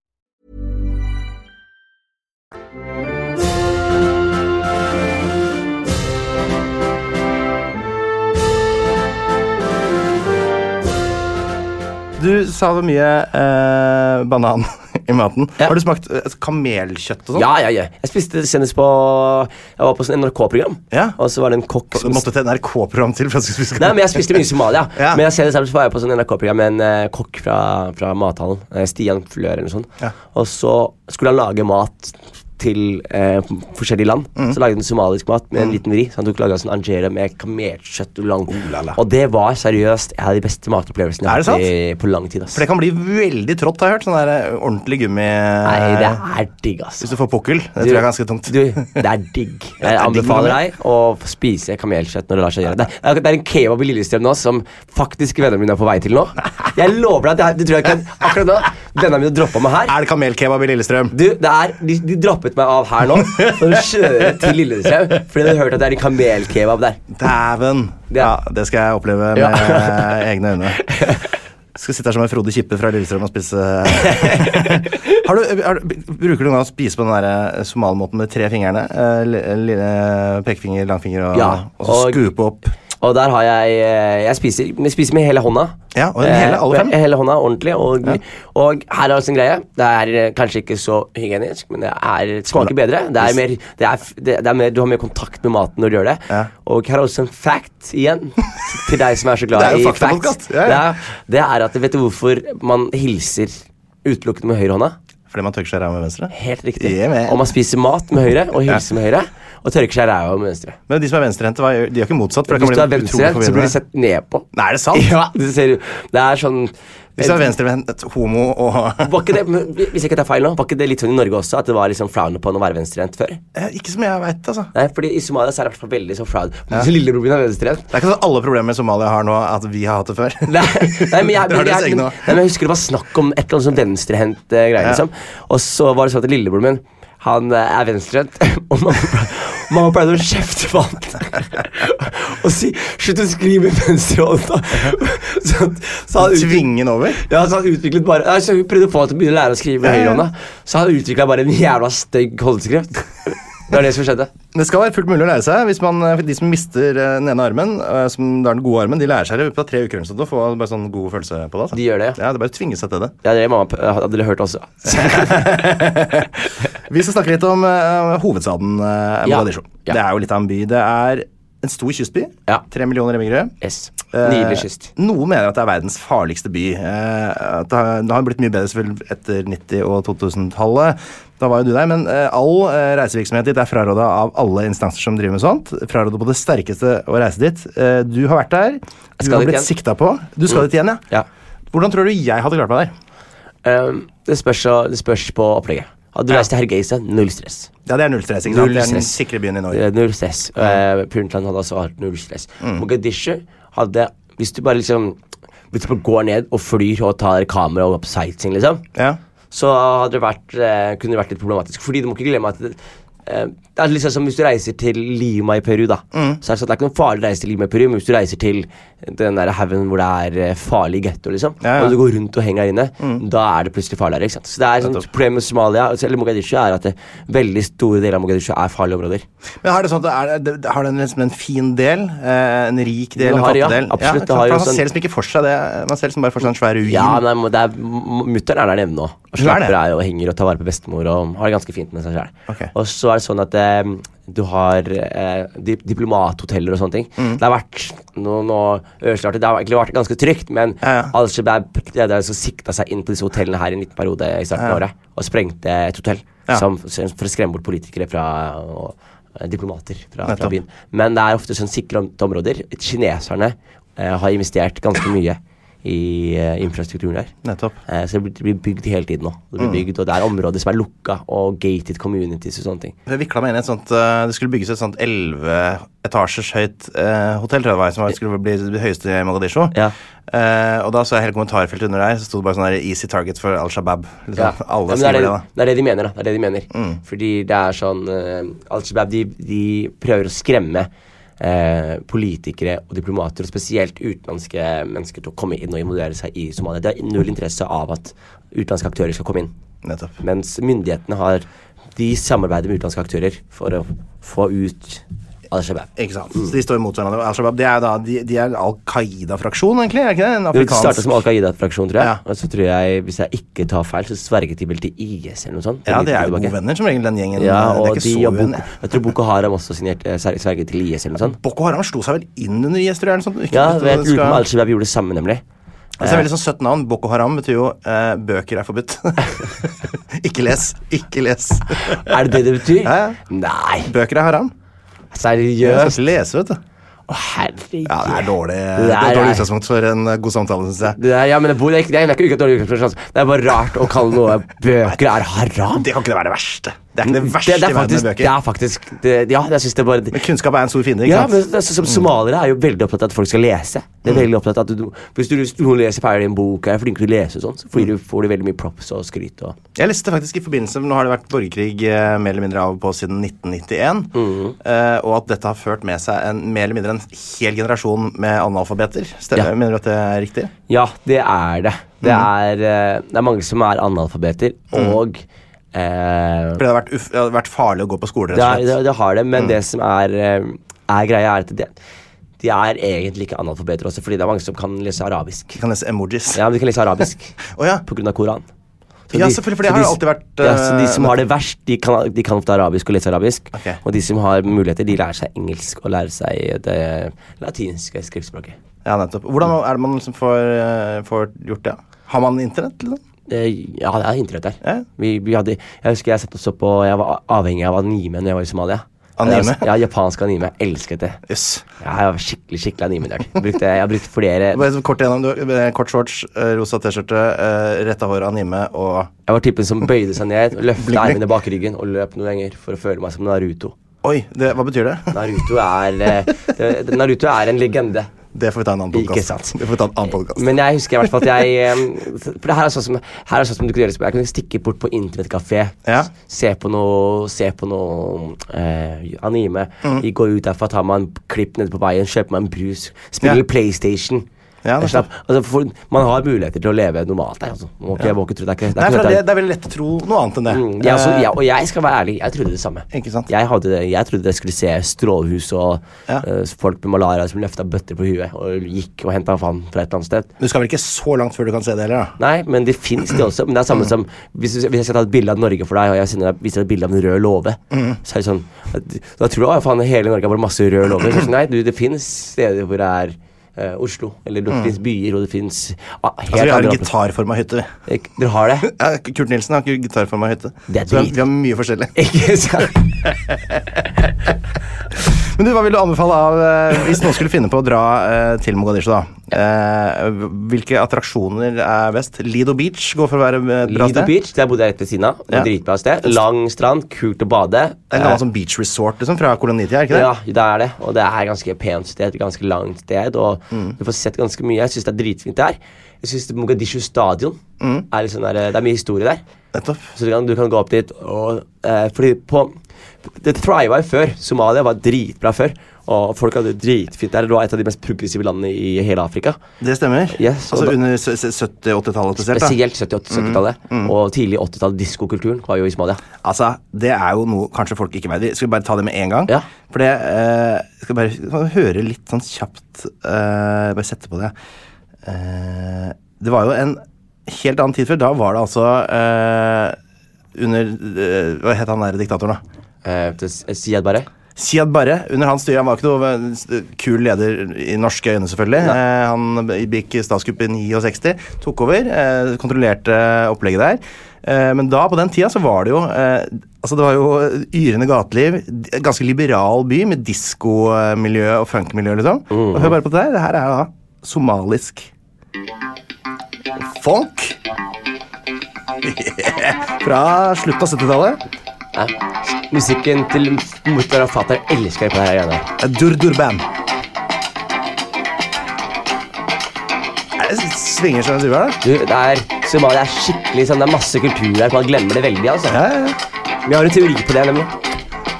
S4: Du sa så mye eh, banan i maten.
S5: Ja.
S4: Har du smakt eh, kamelkjøtt og sånn?
S5: Ja, ja, ja. Jeg spiste det senest på Jeg var på sånn NRK-program,
S4: Ja.
S5: og så var det en kokk
S4: Du
S5: som
S4: måtte til NRK-program til for at du skulle spise
S5: Nei, men jeg spiste mye i Somalia.
S4: Ja.
S5: Men jeg ser det sammen, så var jeg på sånn NRK-program med en eh, kokk fra, fra mathallen. eh, Stian Flør eller noe sånt.
S4: Ja.
S5: Og så skulle han lage mat til eh, forskjellige land.
S4: Mm.
S5: Så lagde han somalisk mat med en liten vri. Så han tok laga sånn angere med kamelkjøtt og lang Og det var seriøst en av de beste matopplevelsene jeg
S4: Er det
S5: har hatt i- på lang tid. ass.
S4: For det kan bli veldig trått, har jeg hørt. Sånn der eh, ordentlig gummi eh,
S5: Nei, det er digg, ass.
S4: Hvis du får pukkel. Det tror jeg er ganske tungt.
S5: Du, det er digg.
S4: Ja, det
S5: Jeg
S4: er digg med
S5: anbefaler deg å spise kamelkjøtt når det lar seg gjøre. Det er, det er en kebab i Lillestrøm nå som faktisk vennene mine er på vei til nå. Jeg lover deg at det, er- det tror jeg ikke Akkurat nå Vennene mine droppa meg her.
S4: Er det kamelkebab i Lillestrøm?
S5: Du, det er, de, de droppet meg av her nå for å kjøre til Lillestrøm fordi de hørte at det er en kamelkebab der.
S4: Dæven! Ja,
S5: Ja.
S4: det skal jeg oppleve med eh, egne øyne. Skal sitte her som en Frode Kippe fra Lillestrøm og spise eh, har du, har, du- Bruker du noen gang å spise på den der eh, somalmåten med tre fingrene? Eh, li- Lille pekefinger, langfinger og,
S5: Ja,
S4: og så
S5: og-
S4: skupe opp?
S5: Og der har jeg eh, Jeg spiser, jeg spiser med hele hånda.
S4: Ja, og den hele, alle
S5: Eh,
S4: fem?
S5: Hele hånda, ordentlig. Og, og her er også en greie. Det er eh, kanskje ikke så hygienisk, men det er, det smaker bedre. Det er mer, det er, f- det, det er mer, du har mer kontakt med maten når du gjør det.
S4: Ja.
S5: Og her er også en fact igjen, til deg som er så glad
S4: Det er jo
S5: i facts.
S4: faktapodcast. Ja, ja.
S5: Det, er, det er at Vet du hvorfor man hilser utelukkende med høyrehånda?
S4: Fordi man tørker seg ræva med venstre?
S5: Helt riktig.
S4: Yeah, man.
S5: og man spiser mat med høyre og hilser med høyre. Og tørker seg ræva med venstre.
S4: Men de som er venstrehendte, hva gjør- de har ikke motsatt. For det
S5: Hvis du
S4: kan
S5: er
S4: bli utrolig
S5: venstrehendt, så blir du
S4: forvirrende.
S5: sett ned på.
S4: Nei, er det sant?
S5: Ja, det ser du. Det er sånn
S4: Hvis du er venstrevendt, homo og
S5: var ikke det, men Hvis jeg ikke tar feil nå, var ikke det litt sånn i Norge også? At det var liksom flauende på å være venstrehendt før?
S4: Eh, Ikke som jeg veit, altså.
S5: Nei, fordi i Somalia så er det i hvert fall veldig sånn flaut. Ja. Lillebror min er venstrehendt.
S4: Det er ikke sånn alle problemer Somalia har nå, at vi har hatt det før.
S5: Nei, nei, men
S4: Det
S5: jeg, men,
S4: har deres
S5: jeg,
S4: egne
S5: men,
S4: også.
S5: nei, men jeg husker det var snakk om et eller annet sånn venstrehendt eh, greie.
S4: Ja.
S5: liksom Og så var det sånn at lillebroren min han eh, er venstrehendt, og mamma, ple- mamma pleide å kjefte på han. og si 'slutt å skrive med venstrehånda'. så, så han utviklet-
S4: Tvinge den over.
S5: Ja, så han utviklet bare Nei, så Hun prøvde å få han til å begynne å lære å skrive med
S4: Ja, ja.
S5: høyrehånda. Så han utvikla bare en jævla stygg håndskrift. Det var det som skjedde.
S4: Det skal være fullt mulig å lære seg. Hvis man, eh, de som mister eh, den ene armen, eh, som da er den gode armen, de lærer seg det i løpet av tre uker. eller noe sånt, og får bare sånn god følelse på det. altså.
S5: De gjør det, ja.
S4: Ja, det er bare å tvinge seg til det.
S5: Ja, det mamma p- hadde dere hørt også.
S4: Vi skal snakke litt om eh, hovedstaden eh,
S5: Ja.
S4: Mogadishu.
S5: Ja.
S4: Det er jo litt av en by. Det er en stor kystby.
S5: Ja.
S4: Tre millioner innbyggere.
S5: Yes.
S4: Eh,
S5: Nydelig kyst.
S4: Noen mener at det er verdens farligste by. Eh, at det har, det har blitt mye bedre selvfølgelig etter 90- og 2000-tallet. Da var jo du der, men eh, all eh, reisevirksomhet dit er fraråda av alle instanser som driver med sånt. Fraråda på det sterkeste å reise dit. Eh, du har vært der. Du
S5: skal
S4: har
S5: dit
S4: blitt
S5: igjen. Mm.
S4: sikta på. Du skal dit igjen, ja.
S5: Ja.
S4: Hvordan tror du jeg hadde klart meg der?
S5: Um, det, spørs, så- det spørs på opplegget. Hadde du
S4: Ja.
S5: reist til Hergeisa, null stress.
S4: Ja, det er null stress. ikke sant?
S5: Null
S4: Det er den
S5: stress.
S4: sikre byen i Norge.
S5: Eh, Null stress. Eh, Puntland hadde også hatt null stress.
S4: Mm.
S5: Mogadishu hadde Hvis du bare liksom hvis du bare går ned og flyr og tar kamera og går på sightseeing, liksom,
S4: Ja.
S5: så hadde det vært, eh, kunne det vært litt problematisk. Fordi du må ikke glemme at det, eh, det er liksom som hvis du reiser til Lima i Peru, da.
S4: Mm.
S5: Så er det, sånn at det er ikke noe farlig å reise til Lima i Peru, men hvis du reiser til den der haugen hvor det er eh, farlig getto, liksom,
S4: Ja, ja.
S5: og du går rundt og henger der inne, da er det plutselig farligere. ikke sant? Så det er sånn,
S4: Nettopp.
S5: Problemet med Somalia, altså, eller Mogadishu er at det, veldig store deler av Mogadishu er farlige områder.
S4: Men har det sånn at det er, det, det- har den liksom en fin del? Eh, en rik del?
S5: Det
S4: En
S5: har-
S4: fattig
S5: ja,
S4: del?
S5: absolutt,
S4: ikke sant?
S5: det har
S4: For
S5: jo
S4: man
S5: sånn-
S4: ser liksom ikke for seg det. Man ser liksom bare for seg en svær ruin.
S5: Ja, men det er mo- det er, m- mutter'n er der nede nå. Og
S4: Hun er det?
S5: slapper av og henger og tar vare på bestemor og har det ganske fint med seg sjøl.
S4: Ok.
S5: Og så er det sånn at eh, du har eh, di diplomathoteller og sånne ting.
S4: Mm.
S5: Det har vært noe, noe ødelagt, Det har egentlig vært ganske trygt, men
S4: Ja, ja.
S5: Al-Shabaab det er der som sikta seg inn på disse hotellene her i en liten periode i starten av året og sprengte et hotell
S4: Ja.
S5: som, som- for å skremme bort politikere fra og eh, diplomater fra, fra
S4: Nettopp.
S5: byen. Men det er ofte sånn sikre om- områder. Kineserne eh, har investert ganske mye i eh, infrastrukturen der.
S4: Nettopp.
S5: Eh, så det blir- det blir bygd hele tiden nå. Det
S4: Mm.
S5: blir bygd, og det er områder som er lukka, og gated communities og sånne ting.
S4: Jeg vikla meg inn i et sånt eh, Det skulle bygges et sånt 11 etasjers høyt eh, hotell, tror jeg det var, som var- skulle bli det høyeste i Mogadishu.
S5: Ja.
S4: Eh, og da så jeg hele kommentarfeltet under der, så sto det bare sånn der 'Easy target for Al Shabaab'. Liksom. Alle
S5: men det,
S4: skriver
S5: er
S4: det,
S5: det,
S4: da. Mm.
S5: det er det de mener, da. Det er det de mener. Fordi det er sånn eh, Al-Shabaab de, de prøver å skremme eh, politikere og diplomater, og spesielt utenlandske mennesker, til å komme inn og involvere seg i Somalia. De har null interesse av at utenlandske aktører skal komme inn.
S4: Nettopp.
S5: Mens myndighetene har De samarbeider med utenlandske aktører for å få ut Al-Shabaab.
S4: Ikke sant? Så de står mot hverandre. Al-Shabaab det er jo da, de, de er en Al Qaida-fraksjon, egentlig? er det ikke det? En
S5: Det
S4: afrikansk
S5: starta som Al Qaida-fraksjon, tror jeg.
S4: Ja.
S5: Og så tror jeg, hvis jeg ikke tar feil, så sverget de vel til IS eller noe sånt.
S4: Ja,
S5: En
S4: det
S5: liten
S4: er jo
S5: tilbake.
S4: gode venner, som regel, den gjengen.
S5: Ja,
S4: Det er
S5: og
S4: ikke
S5: de
S4: så
S5: og
S4: uvenner.
S5: Boko, jeg tror Boko Haram også signerte eh, sver- sverget til IS eller noe sånt.
S4: Boko Haram slo seg vel inn under IS, tror jeg. eller sånt. Ikke
S5: Ja,
S4: vet du
S5: vet,
S4: om det
S5: lurer på om
S4: skal-
S5: Al-Shabaab gjorde det samme, nemlig.
S4: Det
S5: Eh.
S4: er et veldig sånn søtt navn. Boko Haram betyr jo eh, 'bøker er forbudt'. ikke les. Ikke les.
S5: Er det det det betyr?
S4: Ja, ja.
S5: Nei,
S4: Bøker er haram. Jeg
S5: seriøst?
S4: skal ikke lese, vet du.
S5: Å, herregud.
S4: Ja, det er dårlig,
S5: Det
S4: det
S5: er-
S4: er dårlig utgangspunkt for en eh, god samtale, syns jeg.
S5: Det er, ja, men det, bor- det er ikke, det er ikke ikke et dårlig utgangspunkt, altså. Det er bare rart å kalle noe bøker er haram.
S4: Det kan ikke være det verste. Det er ikke det verste
S5: det, det
S4: i
S5: er
S4: verden
S5: faktisk,
S4: med
S5: det
S4: bøker.
S5: er faktisk det, Ja, jeg synes det er bare
S4: Men kunnskap er en stor fiende, ikke
S5: ja,
S4: sant? Mm.
S5: men altså, som Somaliere er jo veldig opptatt av at folk skal lese. Det er veldig opptatt av at du, Hvis du, hvis noen leser ferdig en bok og er flink til å lese, og sånn, så
S4: Mm.
S5: får du, får du veldig mye props og skryt. Og.
S4: Jeg leste faktisk i forbindelse med, Nå har det vært borgerkrig eh, mer eller mindre av og på siden 1991.
S5: Mhm.
S4: eh, og at dette har ført med seg en, mer eller mindre en hel generasjon med analfabeter. Stemmer,
S5: Ja.
S4: Mener du at det er riktig?
S5: Ja, det er det.
S4: Mm.
S5: Det er, eh, det er mange som er analfabeter, og eh,
S4: For det har vært, uff, det har vært farlig å gå på skole,
S5: det,
S4: rett
S5: er,
S4: og
S5: det,
S4: slett. Mm.
S5: det har det, men det som er, eh, er greia, er at det, de er egentlig ikke analfabeter også, fordi det er mange som kan lese arabisk.
S4: Vi kan lese emojis.
S5: Ja, men de kan lese arabisk
S4: Å ja.
S5: på grunn av Koran. Så
S4: Ja, selvfølgelig, for det
S5: så
S4: har
S5: de-
S4: jo alltid vært,
S5: ja, så De
S4: eh,
S5: som har det verst, de kan, de kan ofte arabisk og lese arabisk.
S4: Ok.
S5: Og de som har muligheter, de lærer seg engelsk og lærer seg det latinske skriftspråket.
S4: ja, nettopp. Hvordan er det man liksom får, eh, får gjort det? Har man internett? Liksom?
S5: Det- Ja, det er internett der.
S4: Ja.
S5: Vi, vi hadde, jeg husker jeg satt og så på Jeg var avhengig av anime når jeg var i Somalia.
S4: Anime?
S5: Ja, japansk anime. Jeg elsket det.
S4: Jøss.
S5: Ja, jeg var skikkelig skikkelig anime-nerd. Brukte- Jeg har brukt flere
S4: Bare så Kort igjennom. Du, eh, kort shorts, eh, rosa T-skjorte, eh, retta hår, anime og
S5: Jeg var typen som bøyde seg ned, løftet
S4: Blink, blink.
S5: armene bak ryggen og løp noen ganger for å føle meg som Naruto.
S4: Oi, det, hva betyr det?
S5: Naruto er, eh, det- Naruto er en legende.
S4: Det får vi ta en annen
S5: Ikke
S4: podkast.
S5: sant.
S4: Det får vi ta en annen podcast.
S5: Men jeg husker i hvert fall at jeg eh, For det her er sånn som, her er sånn som du kunne gjøre Jeg kunne stikke bort på internettkafé,
S4: Ja.
S5: se på noe, se på noe eh, anime,
S4: Mm.
S5: gå ut derfra, ta meg en klipp nede på veien, kjøpe meg en brus, spille
S4: Ja.
S5: PlayStation.
S4: Ja,
S5: Jeg
S4: det er
S5: slapp, altså for, man har muligheter til å leve normalt. her, Altså. Må ikke, Jeg må ikke tro det er ikke, det
S4: Nei,
S5: er
S4: for
S5: ikke
S4: det,
S5: dette-
S4: det er veldig lett å tro noe annet enn det.
S5: Mm, jeg, også,
S4: Eh,
S5: jeg, og jeg skal være ærlig, jeg trodde det samme.
S4: Ikke sant?
S5: Jeg, hadde, det- jeg trodde jeg skulle se strålhus og
S4: Ja.
S5: eh, folk med malaria som løfta bøtter på huet og gikk og henta vann fra et eller annet sted.
S4: Du skal vel ikke så langt før du kan se det heller, da?
S5: Nei, men det fins det også. Men det er samme
S4: Mm.
S5: som hvis, hvis jeg skal ta et bilde av Norge for deg, og jeg sender deg, viser deg et bilde av en rød låve,
S4: Mm.
S5: så er det sånn at- Da tror du «Å, faen hele Norge har bare masse røde låver. Så er det sånn, Nei, du, det fins steder hvor det er eh, Oslo, eller det fins byer, og det fins ah, helt
S4: Mm. Altså, vi har en
S5: andre-
S4: gitarforma hytte, vi.
S5: Ik- Dere har det?
S4: Ja, Kurt Nilsen har ikke gitarforma hytte.
S5: Det er
S4: Så vi
S5: drit.
S4: har, vi har mye forskjellig.
S5: Ikke sant?
S4: Men du, hva vil du anbefale av eh, Hvis noen skulle finne på å dra eh, til Mogadishu, da. eh, hvilke attraksjoner er best? Lido Beach går for å være et bra
S5: Lido
S4: sted.
S5: Beach, der bodde jeg rett ved siden av. Det var
S4: Ja.
S5: Dritbra sted. Lang strand, kult å bade.
S4: Det er en gammel sånn beach resort liksom, fra kolonitida, er det ikke det?
S5: Ja, det er det. Og det er ganske pent sted, ganske langt sted. Og du får sett ganske mye. Jeg syns det er dritfint der. Jeg synes Mogadishu stadion er litt sånn der, Det er mye historie der.
S4: Nettopp.
S5: Så du kan, du kan gå opp dit og eh, Fordi på Det thriva jo før. Somalia var dritbra før. Og folk hadde det dritfint der. Det var et av de mest progressive landene i hele Afrika.
S4: Det stemmer.
S5: Yes, og
S4: altså
S5: da-
S4: under 70-80-tallet spesielt. da.
S5: Spesielt 70-80-tallet. Og tidlig 80-tall. Diskokulturen var jo i Somalia.
S4: Altså, Det er jo noe kanskje folk ikke vet. Skal vi bare ta det med en gang?
S5: Ja.
S4: For det eh, Skal bare skal vi høre litt sånn kjapt eh, Bare sette på det. Eh, det var jo en helt annen tid før. Da var det altså eh, under eh, Hva het han der diktatoren, da?
S5: Eh, det s- Siad Barre.
S4: Siad Barre. Under hans styre. Han var ikke noe eh, kul leder i norske øyne, selvfølgelig. Eh, han gikk statskupp i 69, tok over, eh, kontrollerte opplegget der. Eh, men da, på den tida, så var det jo eh, Altså, det var jo yrende gateliv. d- Ganske liberal by med diskomiljø og funkmiljø, liksom. Og hør bare på det her. Det her er da somalisk funk. Fra slutten av 70-tallet.
S5: Nei. eh, Musikken til mutter'n og fatter'n elsker jeg på det her greiene.
S4: Eh,
S5: her.
S4: Durdur-band. Det svinger som en due her, da.
S5: Du, det er Somalia er skikkelig sånn, det er masse kultur her. Man glemmer det veldig. altså.
S4: Ja, ja, ja.
S5: Vi har en teori på det. nemlig.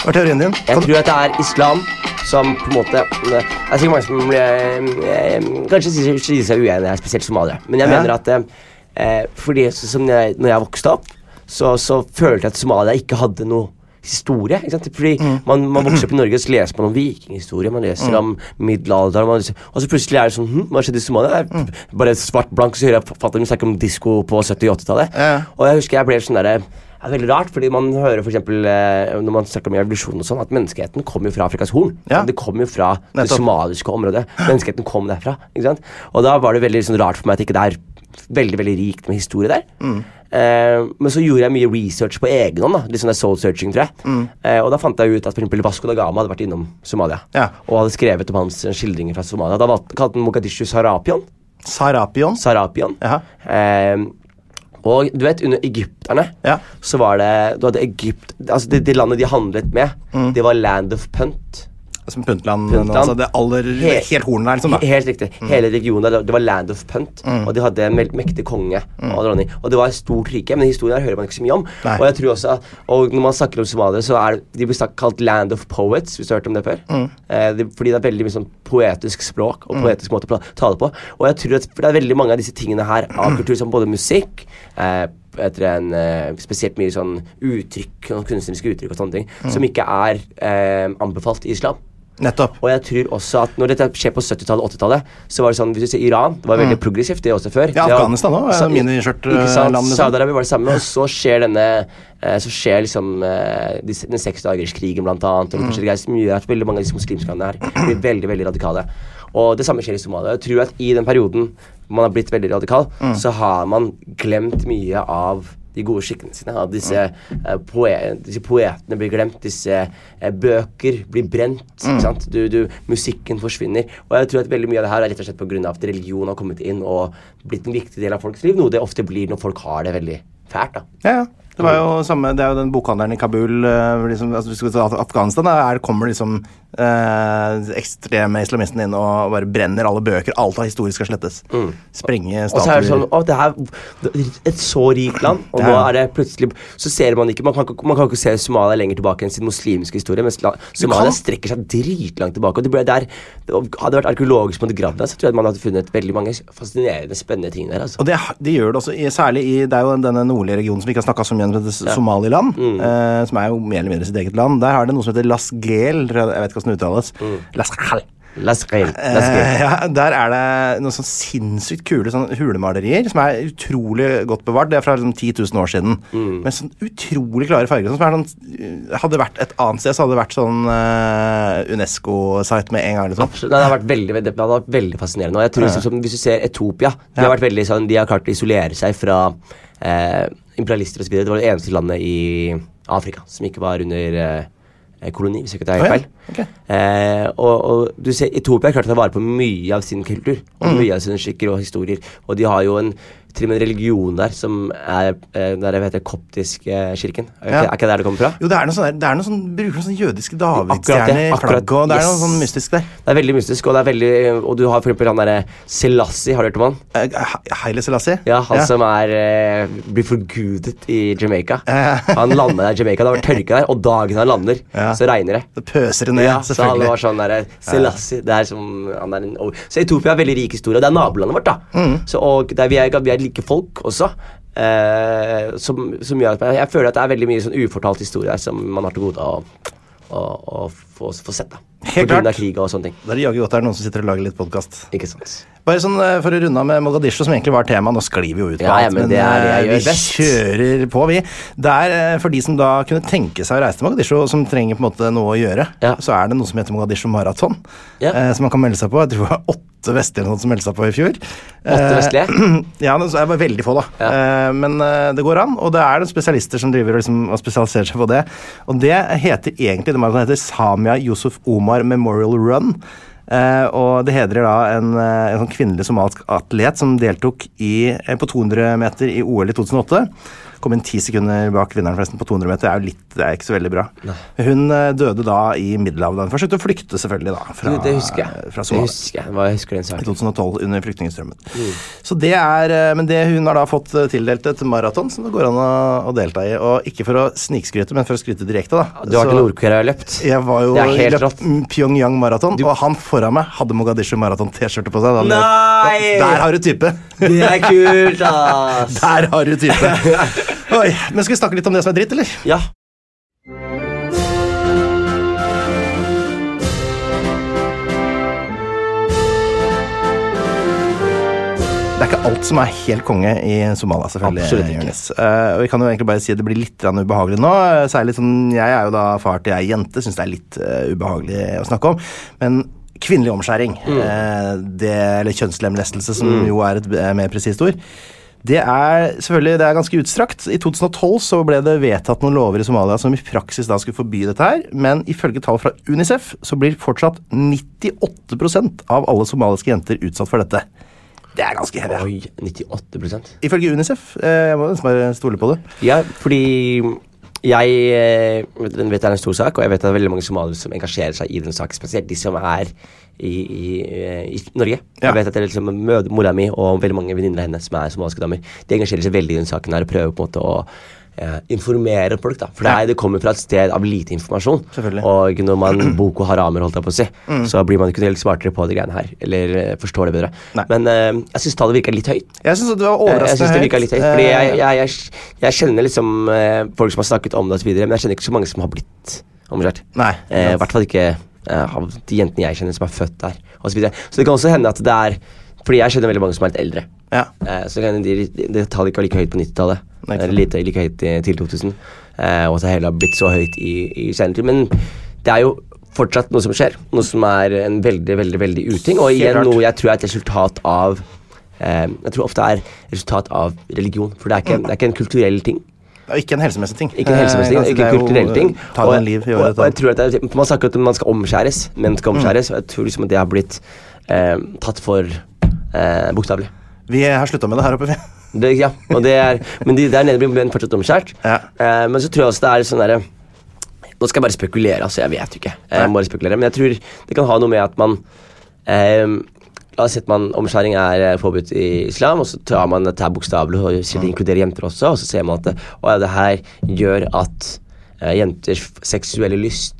S4: Hva er teorien din?
S5: Jeg
S4: Kan-
S5: tror at det er islam som på en måte Det er sikkert mange som eh, eh, kanskje sier sier seg uenige her, spesielt somaliere. Men jeg
S4: Ja.
S5: mener at eh, eh, fordi så, som jeg, når jeg vokste opp, så, så følte jeg at Somalia ikke hadde noe historie. Ikke sant? Fordi man, man vokser opp i Norge, så leser man om vikinghistorie, man leser om middelalderen, man leser, og så plutselig er det sånn hm, Hva skjedde i Somalia? Det er Bare svart blank, så hører jeg fatter'n snakke om disko på 70-80-tallet. Og jeg husker jeg ble sånn derre det er veldig rart, fordi man hører for eksempel, eh, når man snakker om revolusjonen og sånn, at menneskeheten kom jo fra Afrikas Horn.
S4: Ja.
S5: Det kom jo fra det
S4: Nettopp.
S5: somaliske området. Menneskeheten kom derfra. ikke sant? Og da var det veldig sånn, rart for meg at ikke det er veldig veldig rikt med historie der.
S4: Mm.
S5: Eh, men så gjorde jeg mye research på egen hånd. da, Litt sånn der soul searching, tror jeg.
S4: Mm.
S5: Eh, og da fant jeg ut at for eksempel Vasco da Gama hadde vært innom Somalia.
S4: Ja.
S5: Og hadde skrevet om hans eh, skildringer fra Somalia. Da valgte- kalte han Mogadishu Sarapion.
S4: Sarapion.
S5: Sarapion.
S4: Jaha.
S5: Eh, og du vet, under egypterne
S4: Ja.
S5: så var det Du hadde Egypt Altså, det, det landet de handlet med,
S4: Mm.
S5: det var land of punt.
S4: Som Puntland.
S5: Puntland.
S4: Altså det aller
S5: Helt-
S4: Helt hornet der, liksom.
S5: He-
S4: Da. Mm.
S5: Helt riktig. Hele regionen der, det var land of punt. Og de hadde en veld- mektig konge og dronning. Og det var et stort rike, men historien her hører man ikke så mye om.
S4: Nei.
S5: Og jeg tror også at, og når man snakker om somaliere, så er det- de blir snakk- kalt land of poets, hvis du har hørt om det før.
S4: Mm.
S5: Eh, det, fordi det er veldig mye sånn poetisk språk og poetisk måte å pra- tale på. Og jeg tror at for det er veldig mange av disse tingene her
S4: Mm.
S5: av kultur, som både musikk eh, etter en, eh, spesielt mye sånn uttrykk, og kunstneriske uttrykk og sånne ting,
S4: Mm.
S5: som ikke er eh, anbefalt i islam.
S4: Nettopp.
S5: Og jeg tror også at når dette skjer på 70-tallet og 80-tallet, så var det sånn Hvis du ser Iran, det var veldig progressivt, det også før.
S4: Mm. Ja,
S5: Det var-
S4: Afghanistan også,
S5: Sa-
S4: miniskjørt,
S5: Ikke
S4: eh,
S5: sant.
S4: land, liksom.
S5: Saudi-Arabia var det samme. Og så skjer denne eh, Så skjer liksom eh, disse- den seksdagerskrigen, blant
S4: Mm.
S5: annet. Og det forskjellige greier som gjør at veldig mange av disse muslimske landene her blir veldig, veldig radikale. Og det samme skjer i Somalia. Jeg tror at i den perioden man har blitt veldig radikal,
S4: Mm.
S5: så har man glemt mye av de gode skikkene sine. At disse, eh, poe disse poetene blir glemt, disse eh, bøker blir brent. Ikke sant? Du, du, musikken forsvinner. Og jeg tror at veldig mye av det her er rett og slett på grunn av at religion har kommet inn og blitt en viktig del av folks liv, noe det ofte blir når folk har det veldig fælt. da.
S4: Ja, ja. Det, var jo samme, det er jo den bokhandelen i Kabul eh, hvor liksom, altså, hvis vi skal ta Af- Afghanistan, da er, kommer liksom eh, ekstreme islamistene inn og bare brenner alle bøker. Alt av historie skal slettes. Sprenge
S5: Og så er
S4: statuer.
S5: det sånn Å, det her Et så rikt land, og
S4: Det
S5: nå
S4: er-
S5: er det plutselig Så ser man ikke Man kan, ikke- man kan ikke se Somalia lenger tilbake enn sin muslimske historie, mens la, Somalia
S4: kan.
S5: strekker seg dritlangt tilbake. Og det ble der og Hadde det vært arkeologisk på det gravd der, så tror jeg man hadde funnet veldig mange fascinerende, spennende ting der. altså
S4: Og det, det gjør det også, i, særlig i Det er jo denne nordlige regionen som vi ikke har snakka så mye om, som heter Somaliland.
S5: Mm.
S4: eh, som er jo mer eller mindre sitt eget land. Der har det noe som heter Las Gel. tror Jeg jeg vet ikke hvordan det uttales. Las Gel.
S5: Las Reil. Mm. Las
S4: Eh,
S5: Reil.
S4: ja, der er det noen sånn sinnssykt kule sånn hulemalerier som er utrolig godt bevart. Det er fra liksom 10 000 år siden.
S5: Mm.
S4: Med sånn utrolig klare farger. Sånn, som er sånn, hadde det vært et annet sted, så hadde det vært sånn eh, Unesco-site med en gang. Liksom.
S5: Absolutt. Nei, det, har vært veldig, veldig- det har vært veldig fascinerende. Og jeg tror liksom, som, Hvis du ser Etopia De har vært veldig sånn De har klart å isolere seg fra eh, imperialister osv. Det var det eneste landet i Afrika som ikke var under eh, koloni, hvis jeg ikke
S4: Å,
S5: tar
S4: ja.
S5: helt feil.
S4: Ok.
S5: Eh, og, og du ser Etopia har klart å ta vare på mye av sin kultur og
S4: Mm.
S5: mye av sine skikker og historier. Og de har jo en til og med en religion der som er eh, der jeg vet det, koptisk eh, kirken. Er,
S4: Ja.
S5: ikke- er ikke det der det kommer fra?
S4: Jo, det er noe sånn der, det er noe sånn, bruker noen sånn jødiske
S5: Akkurat det,
S4: davidsstjerner i
S5: akkurat,
S4: flagget, og det er noe
S5: yes.
S4: sånn mystisk der.
S5: Det er veldig mystisk, og det er veldig Og du har for eksempel han derre Selassie, har du hørt om han?
S4: Eh, He- Haile Selassie?
S5: Ja, han som er eh, blir forgudet i Jamaica. Han lander der i Jamaica, det har vært tørke der, og dagen han lander,
S4: Ja.
S5: så regner det.
S4: Det pøser det ned,
S5: Ja, så han
S4: selvfølgelig.
S5: var sånn der, Selassie det er som, han er en, og, Så Etopia er veldig rik historie, og det er nabolandet vårt. da
S4: Mm.
S5: så, Og der vi, er, vi er like folk også. Eh, som, som gjør at jeg, jeg føler at det er veldig mye sånn ufortalt historie her som man har til gode å, å, å få, få sett. da
S4: Helt
S5: På grunn
S4: klart.
S5: av krig og sånne ting.
S4: Da er det jaggu godt det er noen som sitter og lager litt podkast.
S5: Ikke sant.
S4: Bare sånn eh, for å runde av med Mogadishu, som egentlig var tema. Nå sklir vi jo ut på
S5: Ja, ja, men det er det jeg
S4: eh, vi
S5: gjør best.
S4: kjører på, vi. Der, eh, for de som da kunne tenke seg å reise til Mogadishu, og som trenger på en måte noe å gjøre,
S5: Ja.
S4: så er det noe som heter Mogadishu Marathon,
S5: Ja.
S4: eh, som man kan melde seg på. Jeg tror det var åtte vestlige eller noe som meldte seg på i fjor.
S5: Åtte vestlige?
S4: Eh, Ja, det er bare veldig få, da. Eh, Men eh, det går an, og det er noen spesialister som driver og liksom, og spesialiserer seg på det. Og det heter egentlig det maratonet heter Samia Yusuf Omar Memorial Run. Eh, og det hedrer da en, eh, en sånn kvinnelig somalisk atlet som deltok i, eh, på 200 meter i OL i 2008. Kom inn ti sekunder bak vinneren forresten på 200 meter. Det er jo litt, det er ikke så veldig bra. Hun eh, døde da i Middelhavet. Hun forsøkte å flykte, selvfølgelig, da. Fra,
S5: Jo, det husker jeg.
S4: Fra
S5: det
S4: Somalia.
S5: husker jeg. Hva jeg husker
S4: I
S5: den saken.
S4: 2012 under flyktningstrømmen.
S5: Mm.
S4: Så det er, eh, Men det hun har da fått eh, tildelt et maraton som det går an å, å delta i. Og ikke for å snikskryte, men for å skryte direkte, da.
S5: Du har
S4: Så
S5: til Nord-Korea og løpt?
S4: jeg var jo
S5: Det er
S4: i
S5: helt
S4: løp-
S5: rått.
S4: mm, Pyongyang maraton, og han foran meg hadde Mogadishu maraton-T-skjorte på seg. da han
S5: Nei!
S4: løp. Der har du type!
S5: Det er kult, ass!
S4: Der har du type! Oi, men skal vi snakke litt om det som er dritt, eller?
S5: Ja.
S4: Det er ikke alt som er helt konge i Somalia, selvfølgelig.
S5: Absolutt ikke.
S4: Jonis. Eh, og vi kan jo egentlig bare si at det blir litt grann ubehagelig nå. eh, Særlig sånn, Jeg er jo da far til ei jente, syns det er litt eh, ubehagelig å snakke om. Men kvinnelig omskjæring,
S5: Mm.
S4: eh, det, eller kjønnslemlestelse, som jo er et eh, mer presist ord, det er selvfølgelig det er ganske utstrakt. I 2012 så ble det vedtatt noen lover i Somalia som i praksis da skulle forby dette her, men ifølge tall fra Unicef så blir fortsatt 98 av alle somaliske jenter utsatt for dette. Det er ganske heavy.
S5: Oi, 98
S4: Ifølge Unicef. Eh, Jeg må nesten bare stole på det.
S5: Ja, fordi jeg eh, vet vet det er en stor sak, og jeg vet det er veldig mange somaliere som engasjerer seg i den saken, spesielt de som er i, i, eh, i Norge.
S4: Ja.
S5: Jeg vet at det er liksom mød- mora mi og veldig mange venninner av henne som er somaliske damer, de engasjerer seg veldig i den saken her og prøver på en måte å eh, informere folk, da. For det,
S4: Ja.
S5: er, det kommer fra et sted av lite informasjon.
S4: Selvfølgelig. Mm.
S5: Og når man Boko Haramer, holdt jeg på å si, så blir man ikke helt smartere på de greiene her. Eller eh, forstår det bedre.
S4: Nei.
S5: Men eh, jeg syns tallet virker litt høyt.
S4: Jeg syns det var
S5: Eh, Jeg, jeg
S4: overraskende
S5: synes det virka litt høyt. Fordi
S4: Eh,
S5: jeg, jeg, jeg, jeg kjenner liksom eh, folk som har snakket om det og så videre, men jeg kjenner ikke så mange som har blitt omskjært.
S4: Nei,
S5: Eh, I
S4: sant.
S5: hvert fall ikke eh, av de jentene jeg kjenner som er født der. Og så, videre. så det kan også hende at det er Fordi jeg kjenner veldig mange som er litt eldre.
S4: ja.
S5: Eh, så kan det hende de- det tallet ikke var like høyt på 90-tallet.
S4: Nei, ikke sant.
S5: Eller lite like høyt eh, til 2000. Eh, og at det heller har blitt så høyt i, i senere tid. Men det er jo fortsatt noe som skjer. Noe som er en veldig veldig, veldig uting. Og
S4: Helt
S5: igjen
S4: klart.
S5: noe jeg tror er et resultat av eh, Jeg tror ofte er resultat av religion. For det er ikke, det er ikke en kulturell ting.
S4: Det er Ikke en helsemessig ting.
S5: Ikke en helsemessig ting,
S4: Eh,
S5: ikke en kulturell ting.
S4: Ta
S5: Og-
S4: noen liv i
S5: og-
S4: året. Mm.
S5: og jeg tror at det er, for Man snakker at man skal omskjæres, menn skal omskjæres. Og jeg tror liksom at det har blitt eh, tatt for eh, bokstavelig.
S4: Vi har slutta med det her oppe, vi.
S5: Det, ja, og det er, men de der nede blir menn fortsatt omskjært.
S4: Ja.
S5: Eh, men så tror jeg også det er sånn derre Nå skal jeg bare spekulere, altså. Jeg vet jo ikke. Jeg må bare spekulere, Men jeg tror det kan ha noe med at man eh, La oss si at man, omskjæring er eh, påbudt i islam, og så tar man dette her bokstavelig og sier
S4: Mm.
S5: det inkluderer jenter også, og så ser man at det, å, ja, det her gjør at eh, jenters seksuelle lyst,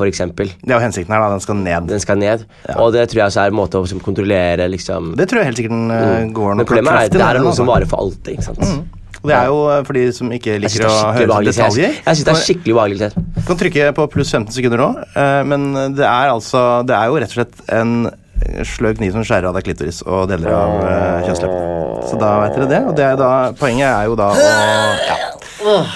S5: for eksempel,
S4: Det er jo hensikten her, da. Den skal ned.
S5: den skal ned. Og det tror jeg også er en måte å liksom, kontrollere liksom
S4: Det tror jeg helt sikkert den eh, går
S5: Mm. Men
S4: nok
S5: problemet er at
S4: kraftig
S5: det
S4: ned,
S5: er noe som
S4: altså.
S5: varer for alltid. ikke sant?
S4: Og det er jo eh, for de som ikke
S5: Jeg syns
S4: liker å
S5: det er
S4: høre
S5: skikkelig
S4: sånne
S5: ubehagelig. Jeg,
S4: detaljer.
S5: jeg synes det er skikkelig ubehagelig Ted.
S4: Du kan trykke på pluss 15 sekunder nå, eh, men det er altså Det er jo rett og slett en sløv kniv som skjærer av deg klitoris og deler av eh, kjønnsleppene. Så da vet dere det. Og det er da, poenget er jo da å ja,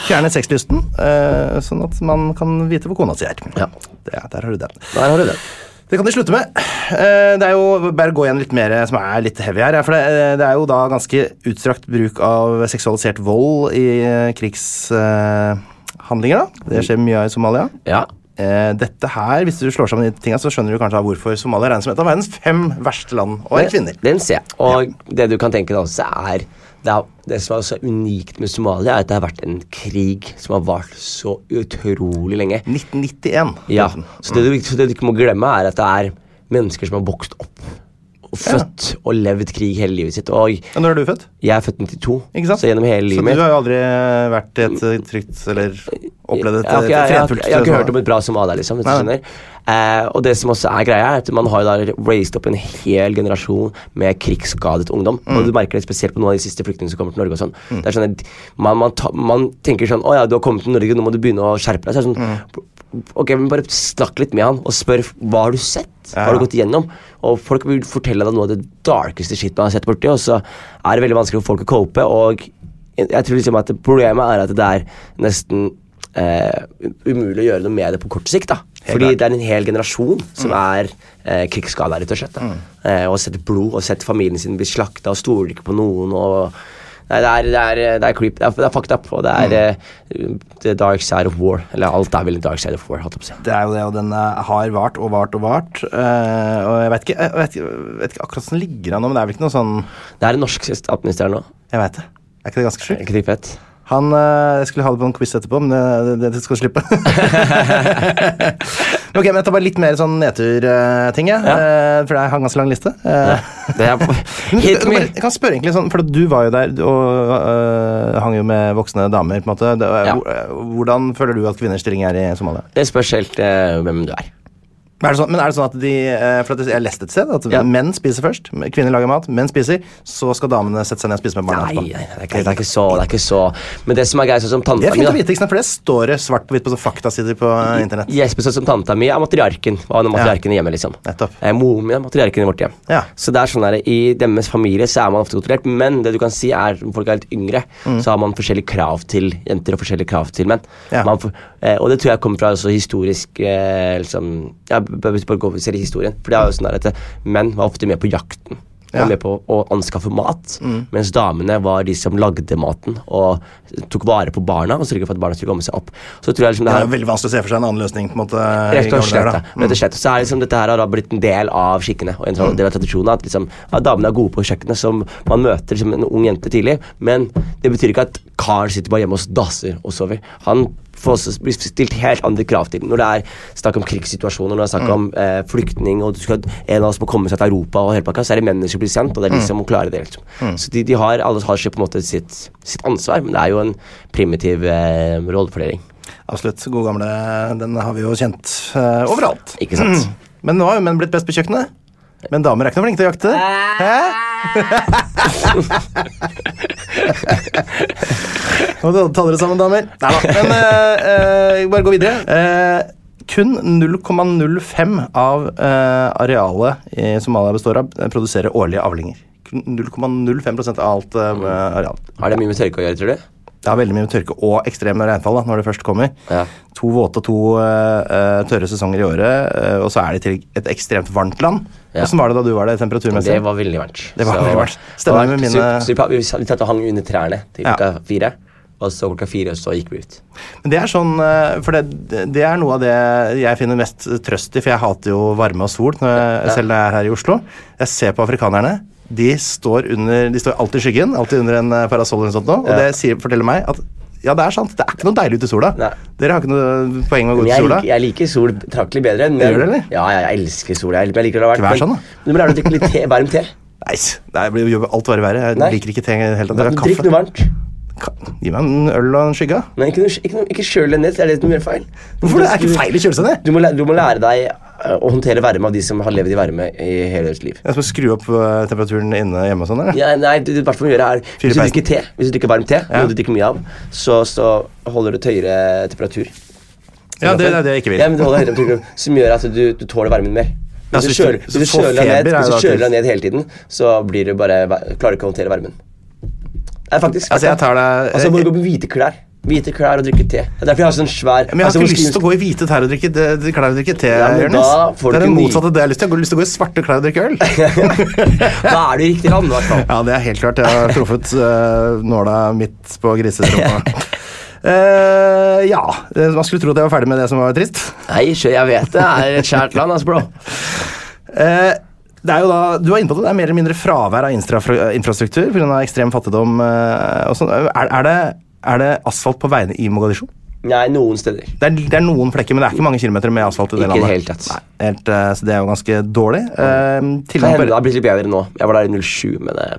S4: fjerne sexlysten, eh, sånn at man kan vite hvor kona si er.
S5: Ja.
S4: Det, der har du den.
S5: Der har du den.
S4: Det kan de slutte med. Eh, Det er jo, Bare gå igjen litt mer eh, som er litt heavy her. ja, for Det, eh, det er jo da ganske utstrakt bruk av seksualisert vold i eh, krigshandlinger. da. Det skjer mye av i Somalia.
S5: Ja.
S4: Eh, Dette her, Hvis du slår sammen de tinga, så skjønner du kanskje hvorfor Somalia regnes som et av verdens fem verste land å være kvinner.
S5: Den ser jeg. Og det du kan tenke deg også, er det, er det som er så unikt med Somalia, er at det har vært en krig som har vart så utrolig lenge.
S4: Mm. 1991.
S5: Ja, så det, du, så det du ikke må glemme, er at det er mennesker som har vokst opp og født og levd krig hele livet sitt. Og
S4: Ja, Når er du født?
S5: jeg er født 92,
S4: Ikke sant?
S5: så gjennom hele
S4: Så
S5: livet
S4: du har jo aldri vært i et eh, trygt eller opplevd et
S5: Jeg
S4: eh,
S5: har ikke- jeg har-
S4: fredfullt
S5: Jeg har ikke hørt
S4: Somalia.
S5: om et bra Somalia, liksom. Hvis du
S4: Nei, nei.
S5: skjønner. Eh, og det som også er greia, er at man har jo da raised opp en hel generasjon med krigsskadet ungdom.
S4: Mm.
S5: Og du merker det spesielt på noen av de siste flyktningene som kommer til Norge. og sånn. Det er sånn at man, man, ta, man tenker sånn Å ja, du har kommet til Norge, nå må du begynne å skjerpe deg. Så er det sånn,
S4: Mm.
S5: Ok, men Bare snakk litt med han og spør hva har du sett. Hva har
S4: Ja.
S5: du gått igjennom? Og Folk vil fortelle deg noe av det darkeste shit man har sett borti, og så er det veldig vanskelig for folk å cope. og jeg tror liksom at Problemet er at det er nesten eh, umulig å gjøre noe med det på kort sikt. da Fordi
S4: klart.
S5: det er en hel generasjon som er eh, krigsskada, rett og slett. da eh, Og har sett blod og sett familien sin bli slakta og stoler ikke på noen. og Nei, det er, det er, det er creep. Det er, det er fucked up. Og det er eh, the dark side of war. Eller alt er vel the dark side of war. Holdt jeg på å si.
S4: Det er jo det, og den eh, har vart og vart og vart. eh, og jeg vet ikke, jeg vet, ikke- jeg vet ikke akkurat hvordan den ligger an nå, men det er vel ikke noe sånn
S5: Det er en norsk statsminister nå.
S4: Jeg veit det. Er ikke det ganske
S5: Er
S4: sjukt?
S5: Ikke det fett?
S4: Han eh, Jeg skulle ha det på en quiz etterpå, men det, det, det skal du slippe. ok, men jeg tar bare litt mer sånn nedtur-ting, jeg. eh, for jeg har en ganske lang liste. Eh,
S5: Det er
S4: men du-
S5: Hit
S4: du-
S5: me.
S4: Jeg kan spørre egentlig sånn, for at du var jo der og eh, hang jo med voksne damer. på en måte. Det, eh,
S5: Ja.
S4: Hvordan føler du at kvinners stilling er i Somalia?
S5: Det spørs helt eh, hvem du er.
S4: Men er det sånn, men er det sånn at de eh, For at jeg har lest et sted at
S5: Ja.
S4: menn spiser først. men Kvinner lager mat, menn spiser. Så skal damene sette seg ned og spise med barna
S5: Nei, nei,
S4: etterpå.
S5: nei, det er ikke, det er ikke så. det er ikke så Men det som er greit, sånn som
S4: Det
S5: tanta
S4: er
S5: mi
S4: fint å
S5: da.
S4: vite, ikke sant? for det står det svart på hvitt på sånne faktasider på eh, internett.
S5: Jesper sånn som tanta mi er matriarken. Og han er matriarken i hjemmet, liksom.
S4: Nettopp.
S5: Eh, Moren min er matriarken i vårt hjem.
S4: Ja.
S5: Så det er sånn der, I deres familie så er man ofte kontrollert, men det du kan si er om folk er litt yngre,
S4: Mm.
S5: så har man forskjellige krav til jenter og forskjellige krav til menn.
S4: Ja.
S5: Man får- eh, og det tror jeg kommer fra også historisk eh, liksom, ja, b- b- Hvis du bare går og ser i historien. For det er jo sånn der at eh, menn var ofte med på jakten. og
S4: Ja. Mm.
S5: Med på å anskaffe mat, mens damene var de som lagde maten og tok vare på barna. og sørget for at barna skulle komme seg opp. Så tror jeg liksom
S4: Det
S5: det
S4: er
S5: her,
S4: jo veldig vanskelig å se for seg en annen løsning. på en måte. i
S5: Rett og
S4: gamle
S5: slett.
S4: dager,
S5: da.
S4: da. Mm.
S5: Rett og slett. Så er liksom, dette her har da blitt en del av skikkene og en tra- del av tradisjonen. At liksom, ja, damene er gode på kjøkkenet, som man møter som en ung jente tidlig. Men det betyr ikke at karen sitter bare hjemme og dasser og sover. Han får også blir stilt helt andre krav til når det er snakk om krigssituasjoner, når det
S4: Mm.
S5: er snakk om eh, flyktning, og du skal, en av oss må komme seg til Europa, og hele pakka, så er det mennene som blir sendt, og det er
S4: Mm.
S5: de som må klare det. liksom. Så de, de har, alle har sitt, på en måte sitt, sitt ansvar, men det er jo en primitiv eh, rollefordeling.
S4: Absolutt. Gode gamle. Den har vi jo kjent eh, overalt. Mm.
S5: Ikke sant?
S4: Men nå har jo menn blitt best på kjøkkenet. Men damer er ikke noe flinke til å jakte. Hæ? Nå må dere ta dere sammen, damer. Nei da. Men eh, eh, bare gå videre. Eh, kun 0,05 av eh, arealet eh, Somalia består av, eh, produserer årlige avlinger. Kun 0,05 av alt eh, areal.
S5: Har det mye med tørke å gjøre, tror du?
S4: Det har veldig mye med tørke og ekstreme regnfall da, når det først kommer.
S5: Ja.
S4: To våte og to eh, eh, tørre sesonger i året, eh, og så er det i tillegg et ekstremt varmt land.
S5: Ja.
S4: Hvordan var det da du var der temperaturmessig?
S5: Det var veldig varmt.
S4: Det var
S5: Så-
S4: veldig varmt. Stemmer
S5: og-
S4: med mine-
S5: Så, så vi, pa- vi, sa- vi tatt og hang under trærne til
S4: Ja.
S5: klokka fire. Og så klokka fire så gikk vi ut.
S4: Men det er sånn, eh, for det, det er noe av det jeg finner mest trøst i, for jeg hater jo varme og sol når jeg, selv når jeg er her i Oslo. Jeg ser på afrikanerne. De står, under, de står alltid i skyggen, alltid under en eh, parasoll eller noe sånt. nå, Og
S5: Ja.
S4: det sier, forteller meg at ja, det er sant. Det er ikke noe deilig ute i sola.
S5: Nei.
S4: Dere har ikke noe poeng med å
S5: Men
S4: gå ut i
S5: jeg,
S4: sola.
S5: liker, jeg liker sol betraktelig bedre. enn-
S4: Gjør du det, eller?
S5: Ja, ja, jeg elsker sol. Jeg, jeg liker det
S4: Ikke vær sånn, da.
S5: Men du må lære å drikke litt te, varm te.
S4: Nei, det blir jo alt bare verre. Jeg
S5: Nei.
S4: liker ikke te i det hele tatt. Jeg har
S5: Drikk
S4: kaffe.
S5: noe varmt.
S4: Ka Gi meg en øl og en skygge. da.
S5: Men ikke, noe- ikke, noe- ikke kjøl deg ned. Det er det som gjør feil.
S4: Hvorfor det? Er ikke feil å kjøle seg ned?
S5: Du må, lære, du må lære deg eh, å håndtere varme av de som har levd i varme i hele deres liv.
S4: Jeg skal skru opp eh, temperaturen inne hjemme og sånn, eller?
S5: Ja, nei, det, det hvert fall gjøre er
S4: Fyre
S5: Hvis du
S4: peisen.
S5: drikker te, hvis du drikker varm te, noe du drikker mye av, så, så holder du høyere temperatur.
S4: Ja, det er det jeg ikke vil.
S5: Ja, men du holder høyere temperatur, som gjør at du, du tåler varmen mer.
S4: Ja,
S5: Hvis
S4: så
S5: du
S4: hvis du-
S5: kjøler,
S4: så
S5: hvis du
S4: får
S5: kjøler deg
S4: feber,
S5: ned,
S4: er
S5: hvis
S4: det
S5: du
S4: da
S5: kjøler
S4: trist.
S5: deg ned hele tiden, så blir du bare, klarer du ikke å håndtere varmen. Nei, faktisk.
S4: Altså, jeg tar det-
S5: Altså, må du gå med hvite klær. Hvite klær og drikke te. Det er derfor jeg har sånn svær
S4: Men jeg har
S5: altså,
S4: ikke lyst
S5: muslim-
S4: til å gå i hvite tær og drikke det- det- klær og drikke te,
S5: Ja, men da
S4: Jonis.
S5: får
S4: Det
S5: du
S4: er det
S5: ikke ny-
S4: motsatte av det jeg har lyst til. Jeg har lyst til å gå i svarte klær og drikke øl.
S5: Da er du i riktig land, i hvert fall.
S4: Ja, det er helt klart. Jeg har truffet eh, nåla midt på griserommet. Eh, ja. eh, Man skulle tro at jeg var ferdig med det som var trist.
S5: Nei, sjø, jeg vet det. Det er et kjært land, altså, bro.
S4: Eh, det er jo da, Du var inne på det, det er mer eller mindre fravær av instra- infrastruktur pga. ekstrem fattigdom. eh, og sånn. er, er, det, er det asfalt på veiene i Mogadishu?
S5: Nei, noen steder.
S4: Det er, det er noen flekker, men det er ikke mange kilometer med asfalt. i det
S5: Ikke i det
S4: landet.
S5: hele tatt.
S4: Nei, helt, eh, så det er jo ganske dårlig. Eh,
S5: Kan
S4: tilgang
S5: hende det
S4: på,
S5: har blitt litt bedre nå. Jeg var der i 07, men eh,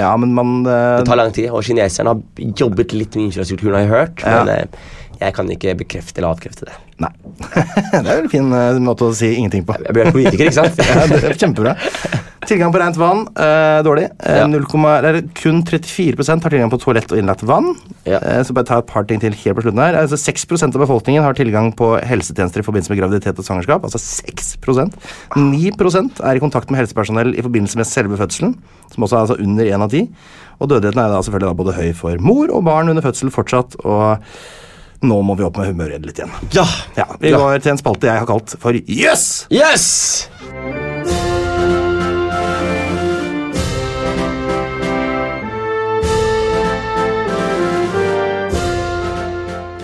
S4: ja, men man, eh,
S5: det tar lang tid. Og kineserne har jobbet litt med infrastrukturen, har jeg hørt. Men eh, jeg kan ikke bekrefte eller avkrefte det.
S4: Nei. det er jo en fin eh, måte å si ingenting på.
S5: Jeg blir politiker, ikke sant?
S4: Ja, det er Kjempebra. Tilgang på rent vann, eh, dårlig. Eh,
S5: Ja.
S4: 0, eller, kun 34 har tilgang på toalett og innlagt vann.
S5: Ja.
S4: Eh, så bare ta et par ting til helt på slutten her. Altså, 6 av befolkningen har tilgang på helsetjenester i forbindelse med graviditet og svangerskap. Altså 6 9 er i kontakt med helsepersonell i forbindelse med selve fødselen, som også er altså under 1 av 10. Og dødeligheten er da selvfølgelig da både høy for mor og barn under fødsel fortsatt. og nå må vi opp med humøret litt igjen.
S5: Ja!
S4: Ja, Vi går til en spalte jeg har kalt for Jøss! Yes!
S5: Yes!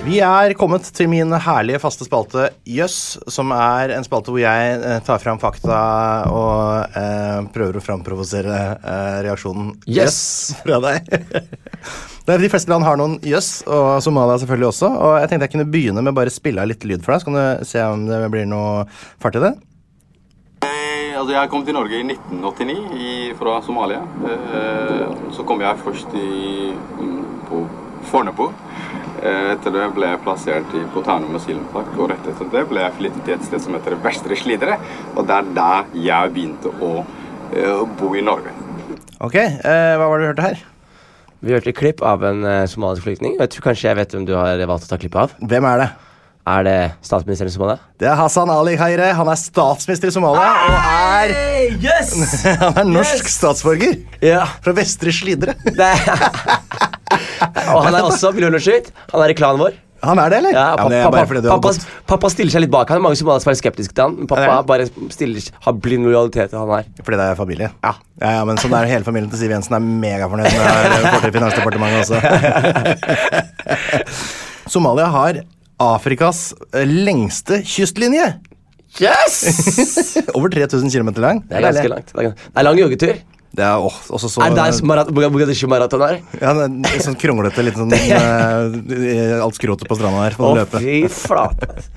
S4: Vi er kommet til min herlige faste spalte Jøss, som er en spalte hvor jeg eh, tar fram fakta og eh, prøver å framprovosere eh, reaksjonen
S5: Yes!
S4: fra deg. Det er De fleste land har noen jøss, og Somalia selvfølgelig også. Og jeg tenkte jeg kunne begynne med bare spille av litt lyd for deg, så kan du se om det blir noe fart i det.
S7: Eh, Altså, jeg kom til Norge i 1989 i, fra Somalia. Eh, så kom jeg først i, mm, på Fornebu. Eh, Etter det ble jeg plassert i Botano med Silentak, og rett etter det ble jeg flyttet til et sted som heter Vestre Slidre, og det er der jeg begynte å eh, bo i Norge.
S4: Ok, eh, hva var det du hørte her?
S5: Vi hørte et klipp av en eh, somalisk flyktning. og Jeg tror kanskje jeg vet hvem du har valgt å ta klipp av.
S4: Hvem er det?
S5: Er det statsministeren i Somalia?
S4: Det er Hassan Ali Khaire. Han er statsminister i Somalia og er
S5: Yes!
S4: Han er norsk statsborger
S5: ja.
S4: fra Vestre Slidre.
S5: Det og han er også miljøunderskudd. Han er i klanen vår.
S4: Han er det, eller?
S5: Ja,
S4: men det er
S5: pappa,
S4: bare fordi du har
S5: pappa,
S4: gått
S5: pappa stiller seg litt bak han. Mange somaliere som er skeptiske til han. Men pappa
S4: Ja, det
S5: bare stiller, har blind lojalitet til han her.
S4: Fordi det er familie? Ja. ja, men sånn er hele familien til Siv Jensen er megafornøyd med det her fortet i Finansdepartementet også. Somalia har Afrikas eh, lengste kystlinje.
S5: Yes!
S4: Over 3000 km lang.
S5: Det er ganske langt. Det er, gans- det er lang joggetur.
S4: Det er åh, også så
S5: Er det der Marat- Bogad- Mogadishu-maraton er?
S4: ja, det er litt sånn kronglete, litt sånn eh, alt skrotet på stranda her.
S5: Å,
S4: På løpet.
S5: fy flate. ass.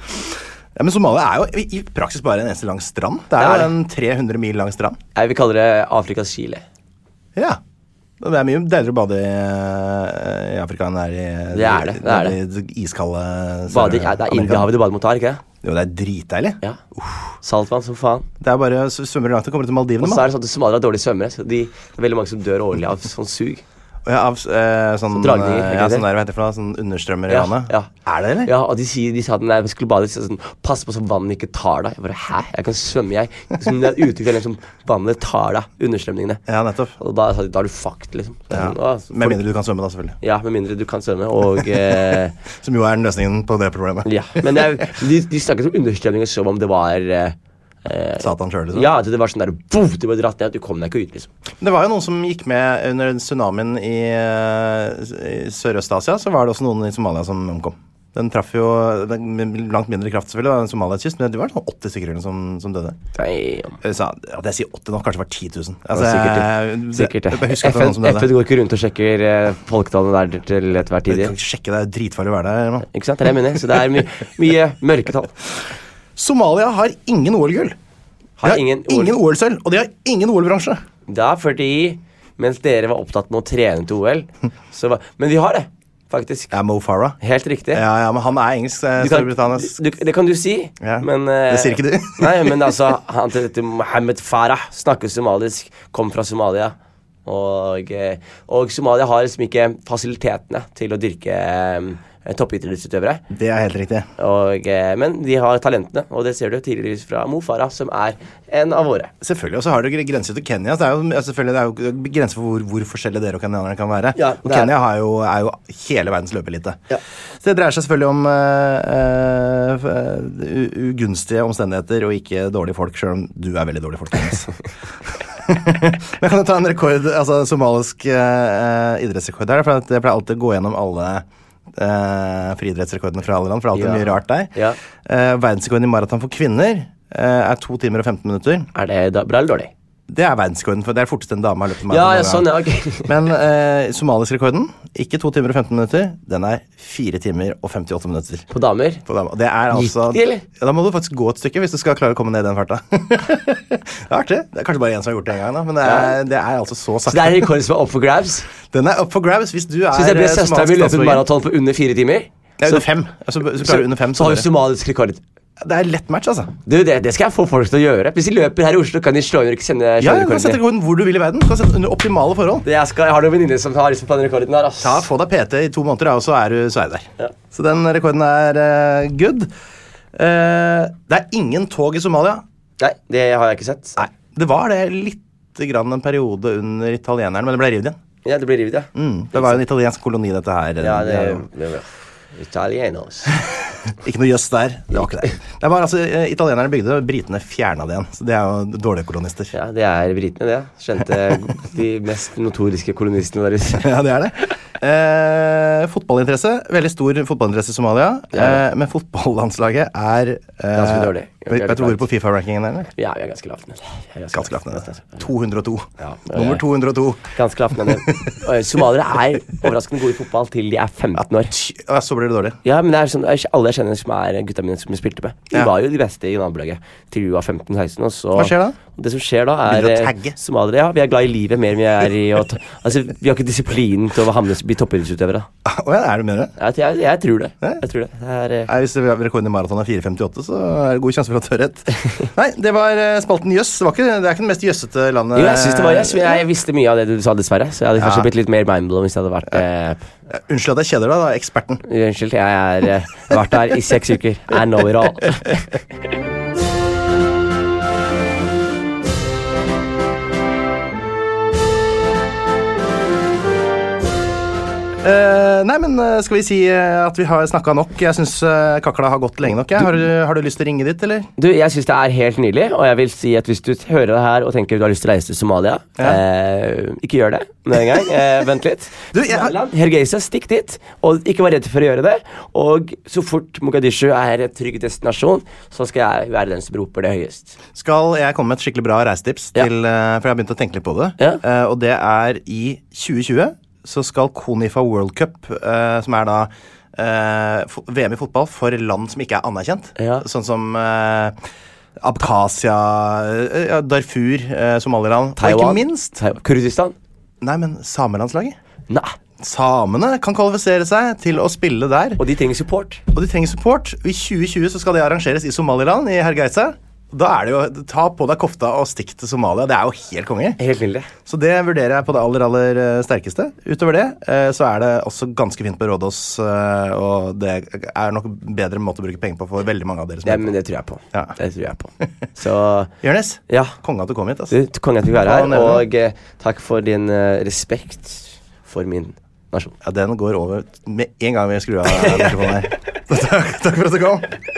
S4: Ja, men Somalia er jo i i praksis bare en eneste lang strand. Det
S5: Det er
S4: er
S5: det.
S4: jo en 300 mil lang strand.
S5: Jeg vil kalle det Afrikas Chile.
S4: Ja. Det er mye deiligere å bade i, eh, i Afrika enn det er i
S5: Det er det, det er det.
S4: i det iskalde
S5: Bade, i- ja, det er
S4: Sør-Amerika.
S5: Indiahavet du bader mot her, ikke det?
S4: Jo, det er dritdeilig.
S5: Ja. Saltvann som faen.
S4: Det er bare s- svømmer du langt og kommer du til
S5: Og
S4: Maldivene.
S5: så er
S4: mann.
S5: det sånn at somaliere er dårlige svømmere. Så de, det er veldig mange som dør årlig av sånn sug.
S4: Ja, av eh, sånn,
S5: Sånn dragninger,
S4: eh,
S5: ikke
S4: ja,
S5: det?
S4: sånn der, hva heter det for noe? Sånn understrømmer i
S5: Ja,
S4: vannet.
S5: ja.
S4: Er det, eller?
S5: Ja, og de, sier, de sa at nei, vi skulle bade, de sa sånn, pass på så vannet ikke tar deg. Jeg bare, hæ? Jeg kan svømme, jeg. Liksom, det er et uttrykk der liksom, vannet tar deg. Understrømningene.
S4: Ja, nettopp.
S5: Og da sa de, da er du fucked, liksom. Så jeg
S4: Ja.
S5: er Sånn, «Å, så
S4: Med
S5: folk-
S4: mindre du kan svømme, da, selvfølgelig.
S5: Ja, med mindre du kan svømme, og eh,
S4: Som jo er den løsningen på det problemet.
S5: Ja. Men jeg, de, de snakket om understrømninger som om det var eh,
S4: Satan sjøl, liksom.
S5: Ja, at det var sånn der boom, Du ble dratt ned, du kom deg ikke ut, liksom.
S4: Det var jo noen som gikk med under tsunamien i, eh, i Sørøst-Asia. Så var det også noen i Somalia som omkom. Den traff jo den, med langt mindre kraft, selvfølgelig, da, enn Somalias kyst, men det var sånn 80 stykker eller noe som, som døde.
S5: Damn.
S4: Jeg sa- at jeg sier 80 nå, kanskje det var 10 000.
S5: Det
S4: Altså,
S5: var sikkert
S4: jeg-
S5: det. Sikkert det.
S4: Jeg bare husker at det var
S5: FN,
S4: noen som døde.
S5: FN går ikke rundt og sjekker eh, folketallene der til ethvert
S4: Du
S5: tid.
S4: kan ikke sjekke, det er dritfarlig å være der. Herman.
S5: Ikke sant? Det er det jeg mener. Så det er my mye mørketall.
S4: Somalia har ingen OL-gull.
S5: Har
S4: de har
S5: ingen OL.
S4: ingen OL-sølv, og de har ingen OL-bransje.
S5: Det er fordi mens dere var opptatt med å trene til OL, så var Men vi har det, faktisk.
S4: Ja, Mo Farah.
S5: Helt riktig.
S4: Ja, ja, men han er engelsk. eh,
S5: Du kan-
S4: Storbritannisk.
S5: du, det kan du si,
S4: Ja,
S5: men
S4: det
S5: eh,
S4: sier ikke du.
S5: nei, men altså Han til dette Mohammed Farah snakker somalisk, kom fra Somalia. Og, eh, og Somalia har liksom ikke fasilitetene til å dyrke eh, toppidrettsutøvere.
S4: Det er helt riktig.
S5: Og, eh, men de har talentene, og det ser du tidligere fra Mo Farah, som er en av våre.
S4: Selvfølgelig, og så har du gre- grenser til Kenya. Så det er jo, ja, selvfølgelig, det er jo grenser for hvor, hvor forskjellige dere og kenyanerne kan være.
S5: Ja,
S4: og
S5: det er-
S4: Kenya har jo, er jo hele verdens løpeelite.
S5: Ja.
S4: Så det dreier seg selvfølgelig om eh, eh, f- eh, u- ugunstige omstendigheter og ikke dårlige folk, sjøl om du er veldig dårlig folk. Jonas. Men jeg kan jo ta en rekord, altså somalisk eh, idrettsrekord her. For at jeg pleier alltid å gå gjennom alle eh, friidrettsrekordene fra alle land, for det er alltid
S5: Ja.
S4: mye rart der.
S5: Ja.
S4: Eh, verdensrekorden i maraton for kvinner eh, er to timer og 15 minutter.
S5: Er det da, bra eller dårlig?
S4: Det er verdensrekorden, for det er fortest en dame har løpt en
S5: Ja,
S4: maraton
S5: ja,
S4: noen
S5: sånn,
S4: gang.
S5: ja. ok
S4: Men eh, somalisk rekorden, ikke 2 timer og 15 minutter, den er 4 timer og 58 minutter.
S5: På damer.
S4: På dama. Det er altså
S5: de, eller?
S4: Ja, Da må du faktisk gå et stykke hvis du skal klare å komme ned i den farta. det er artig. Det er kanskje bare én som har gjort det en gang, da, men det er, det er altså så
S5: Så det
S4: sakte.
S5: er en rekord som er opp for grabs.
S4: Den er up for grabs hvis du er
S5: Hvis jeg ble
S4: eh,
S5: søstera
S4: somalisk
S5: mi løpe en
S4: statsborger.
S5: maraton på under fire timer
S4: Det er
S5: så-
S4: under fem. Altså, så klarer du under fem,
S5: så har
S4: så
S5: vi somalisk rekord.
S4: det er lett match, altså.
S5: Du, det, det skal jeg få folk til å gjøre. Hvis de løper her i Oslo, kan de slå under sende
S4: Ja, du kan sette
S5: rekorden.
S4: rekorden hvor du vil i verden. Du kan sette den under optimale forhold.
S5: Det jeg, skal, jeg har noen venninner som har lyst på den rekorden der. Ass.
S4: Ja, få deg PT i to måneder, da, og så er du, så er du der.
S5: Ja.
S4: Så den rekorden er eh, good. Eh, det er ingen tog i Somalia.
S5: Nei, det har jeg ikke sett.
S4: Nei, det var det litt grann en periode under italienerne, men det ble revet igjen.
S5: Ja, Det blir revet, ja.
S4: Mm, det var jo en italiensk koloni, dette her.
S5: ja det,
S4: Det er jo
S5: det, det, Italienos.
S4: ikke noe jøss der. Det var ikke det. Det var altså eh, Italienerne bygde det, og britene fjerna det igjen. Så de er jo dårlige kolonister.
S5: Ja, det er britene, det. Skjønte de mest notoriske kolonistene deres.
S4: Ja, det er det. Eh, fotballinteresse. Veldig stor fotballinteresse i Somalia.
S5: Ja.
S4: Eh, men fotballandslaget er eh,
S5: Ganske dårlig.
S4: Vet vet du hvor på Fifa-rankingen er? eller?
S5: Ja, vi er ganske lavt nede. Vi er
S4: Ganske lavt nede.
S5: nede.
S4: 202.
S5: Ja.
S4: Nummer 202.
S5: Ganske lavt nede. Og Somaliere er overraskende gode i fotball til de er 15 år.
S4: Ja, så blir det dårlig.
S5: Ja, men det er sånn, Alle jeg kjenner som er gutta mine som jeg spilte med, de
S4: Ja.
S5: var jo de beste i nabolaget til vi var 15-16. og så...
S4: Hva skjer da?
S5: Og Det som skjer da,
S4: Begynner
S5: er
S4: å
S5: eh,
S4: tagge.
S5: somaliere. Ja, vi er glad i livet mer enn vi er i å ta, Altså, Vi har ikke disiplinen til å hamne, bli toppidrettsutøvere. da.
S4: Å ja, er det med det?
S5: Jeg, jeg, jeg tror det. Jeg tror det. det er, eh,
S4: Nei, Hvis rekorden i maraton er 4,58, så er det god sjanse for at du har rett. Nei, det var eh, spalten Jøss. Det, var ikke- det er ikke det mest jøssete landet
S5: jo, jeg, synes det
S4: Eh,
S5: var, jeg, jeg visste mye av det du sa, dessverre. Så jeg hadde kanskje blitt litt mer mindblown hvis jeg hadde vært eh,
S4: Unnskyld at jeg kjeder deg, da, eksperten.
S5: Unnskyld, jeg er, eh, har vært der i seks uker. I know it all.
S4: Eh, nei, men eh, skal vi si eh, at vi har snakka nok? Jeg syns kakla har gått lenge nok. Jeg. Har, du- har du lyst til å ringe dit, eller?
S5: Du, jeg syns det er helt nydelig, og jeg vil si at hvis du hører det her og tenker du har lyst til å reise til Somalia, eh, ikke gjør det med en gang. Eh, vent litt.
S4: Du, jeg har-
S5: Somaliland, Hargeisa, stikk dit, og ikke vær redd for å gjøre det. Og så fort Mogadishu er en trygg destinasjon, så skal jeg være den som roper det høyest.
S4: Skal jeg komme med et skikkelig bra reisetips?
S5: Ja.
S4: Til, eh, for jeg har begynt å tenke litt på det.
S5: Ja.
S4: Eh, og det er i 2020 så skal Konifa World Cup, eh, som er da eh, fo- VM i fotball for land som ikke er anerkjent,
S5: Ja.
S4: sånn som eh, Abkhasia, eh, ja, Darfur, eh, Somaliland Og
S5: Taiwan.
S4: ikke minst
S5: Tai- Kurdistan?
S4: Nei, men samelandslaget.
S5: Nei.
S4: Samene kan kvalifisere seg til å spille der.
S5: Og de trenger support.
S4: Og de trenger support. I 2020 så skal det arrangeres i Somaliland, i Hargeisa. Da er det jo Ta på deg kofta og stikk til Somalia. Det er jo helt konge.
S5: Helt nydelig.
S4: Så det vurderer jeg på det aller, aller eh, sterkeste. Utover det eh, så er det også ganske fint på Rådås, eh, og det er nok bedre måte å bruke penger på for veldig mange av dere som
S5: Det,
S4: er
S5: men det tror jeg på.
S4: Ja.
S5: Det tror jeg på. Så
S4: Jonis,
S5: ja.
S4: konge at du kom hit. Altså.
S5: Du, konge at du er
S4: Ja,
S5: her,
S4: nemlig.
S5: og eh, takk for din eh, respekt for min nasjon.
S4: Ja, den går over med en gang vi skrur av mikrofonen her. Så takk, takk for at du kom.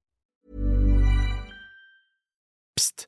S4: Pst,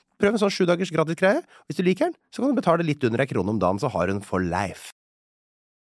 S4: Prøv en sånn sju dagers gratis greie. Hvis du liker den, så kan du betale litt under ei krone om dagen, så har du den for life.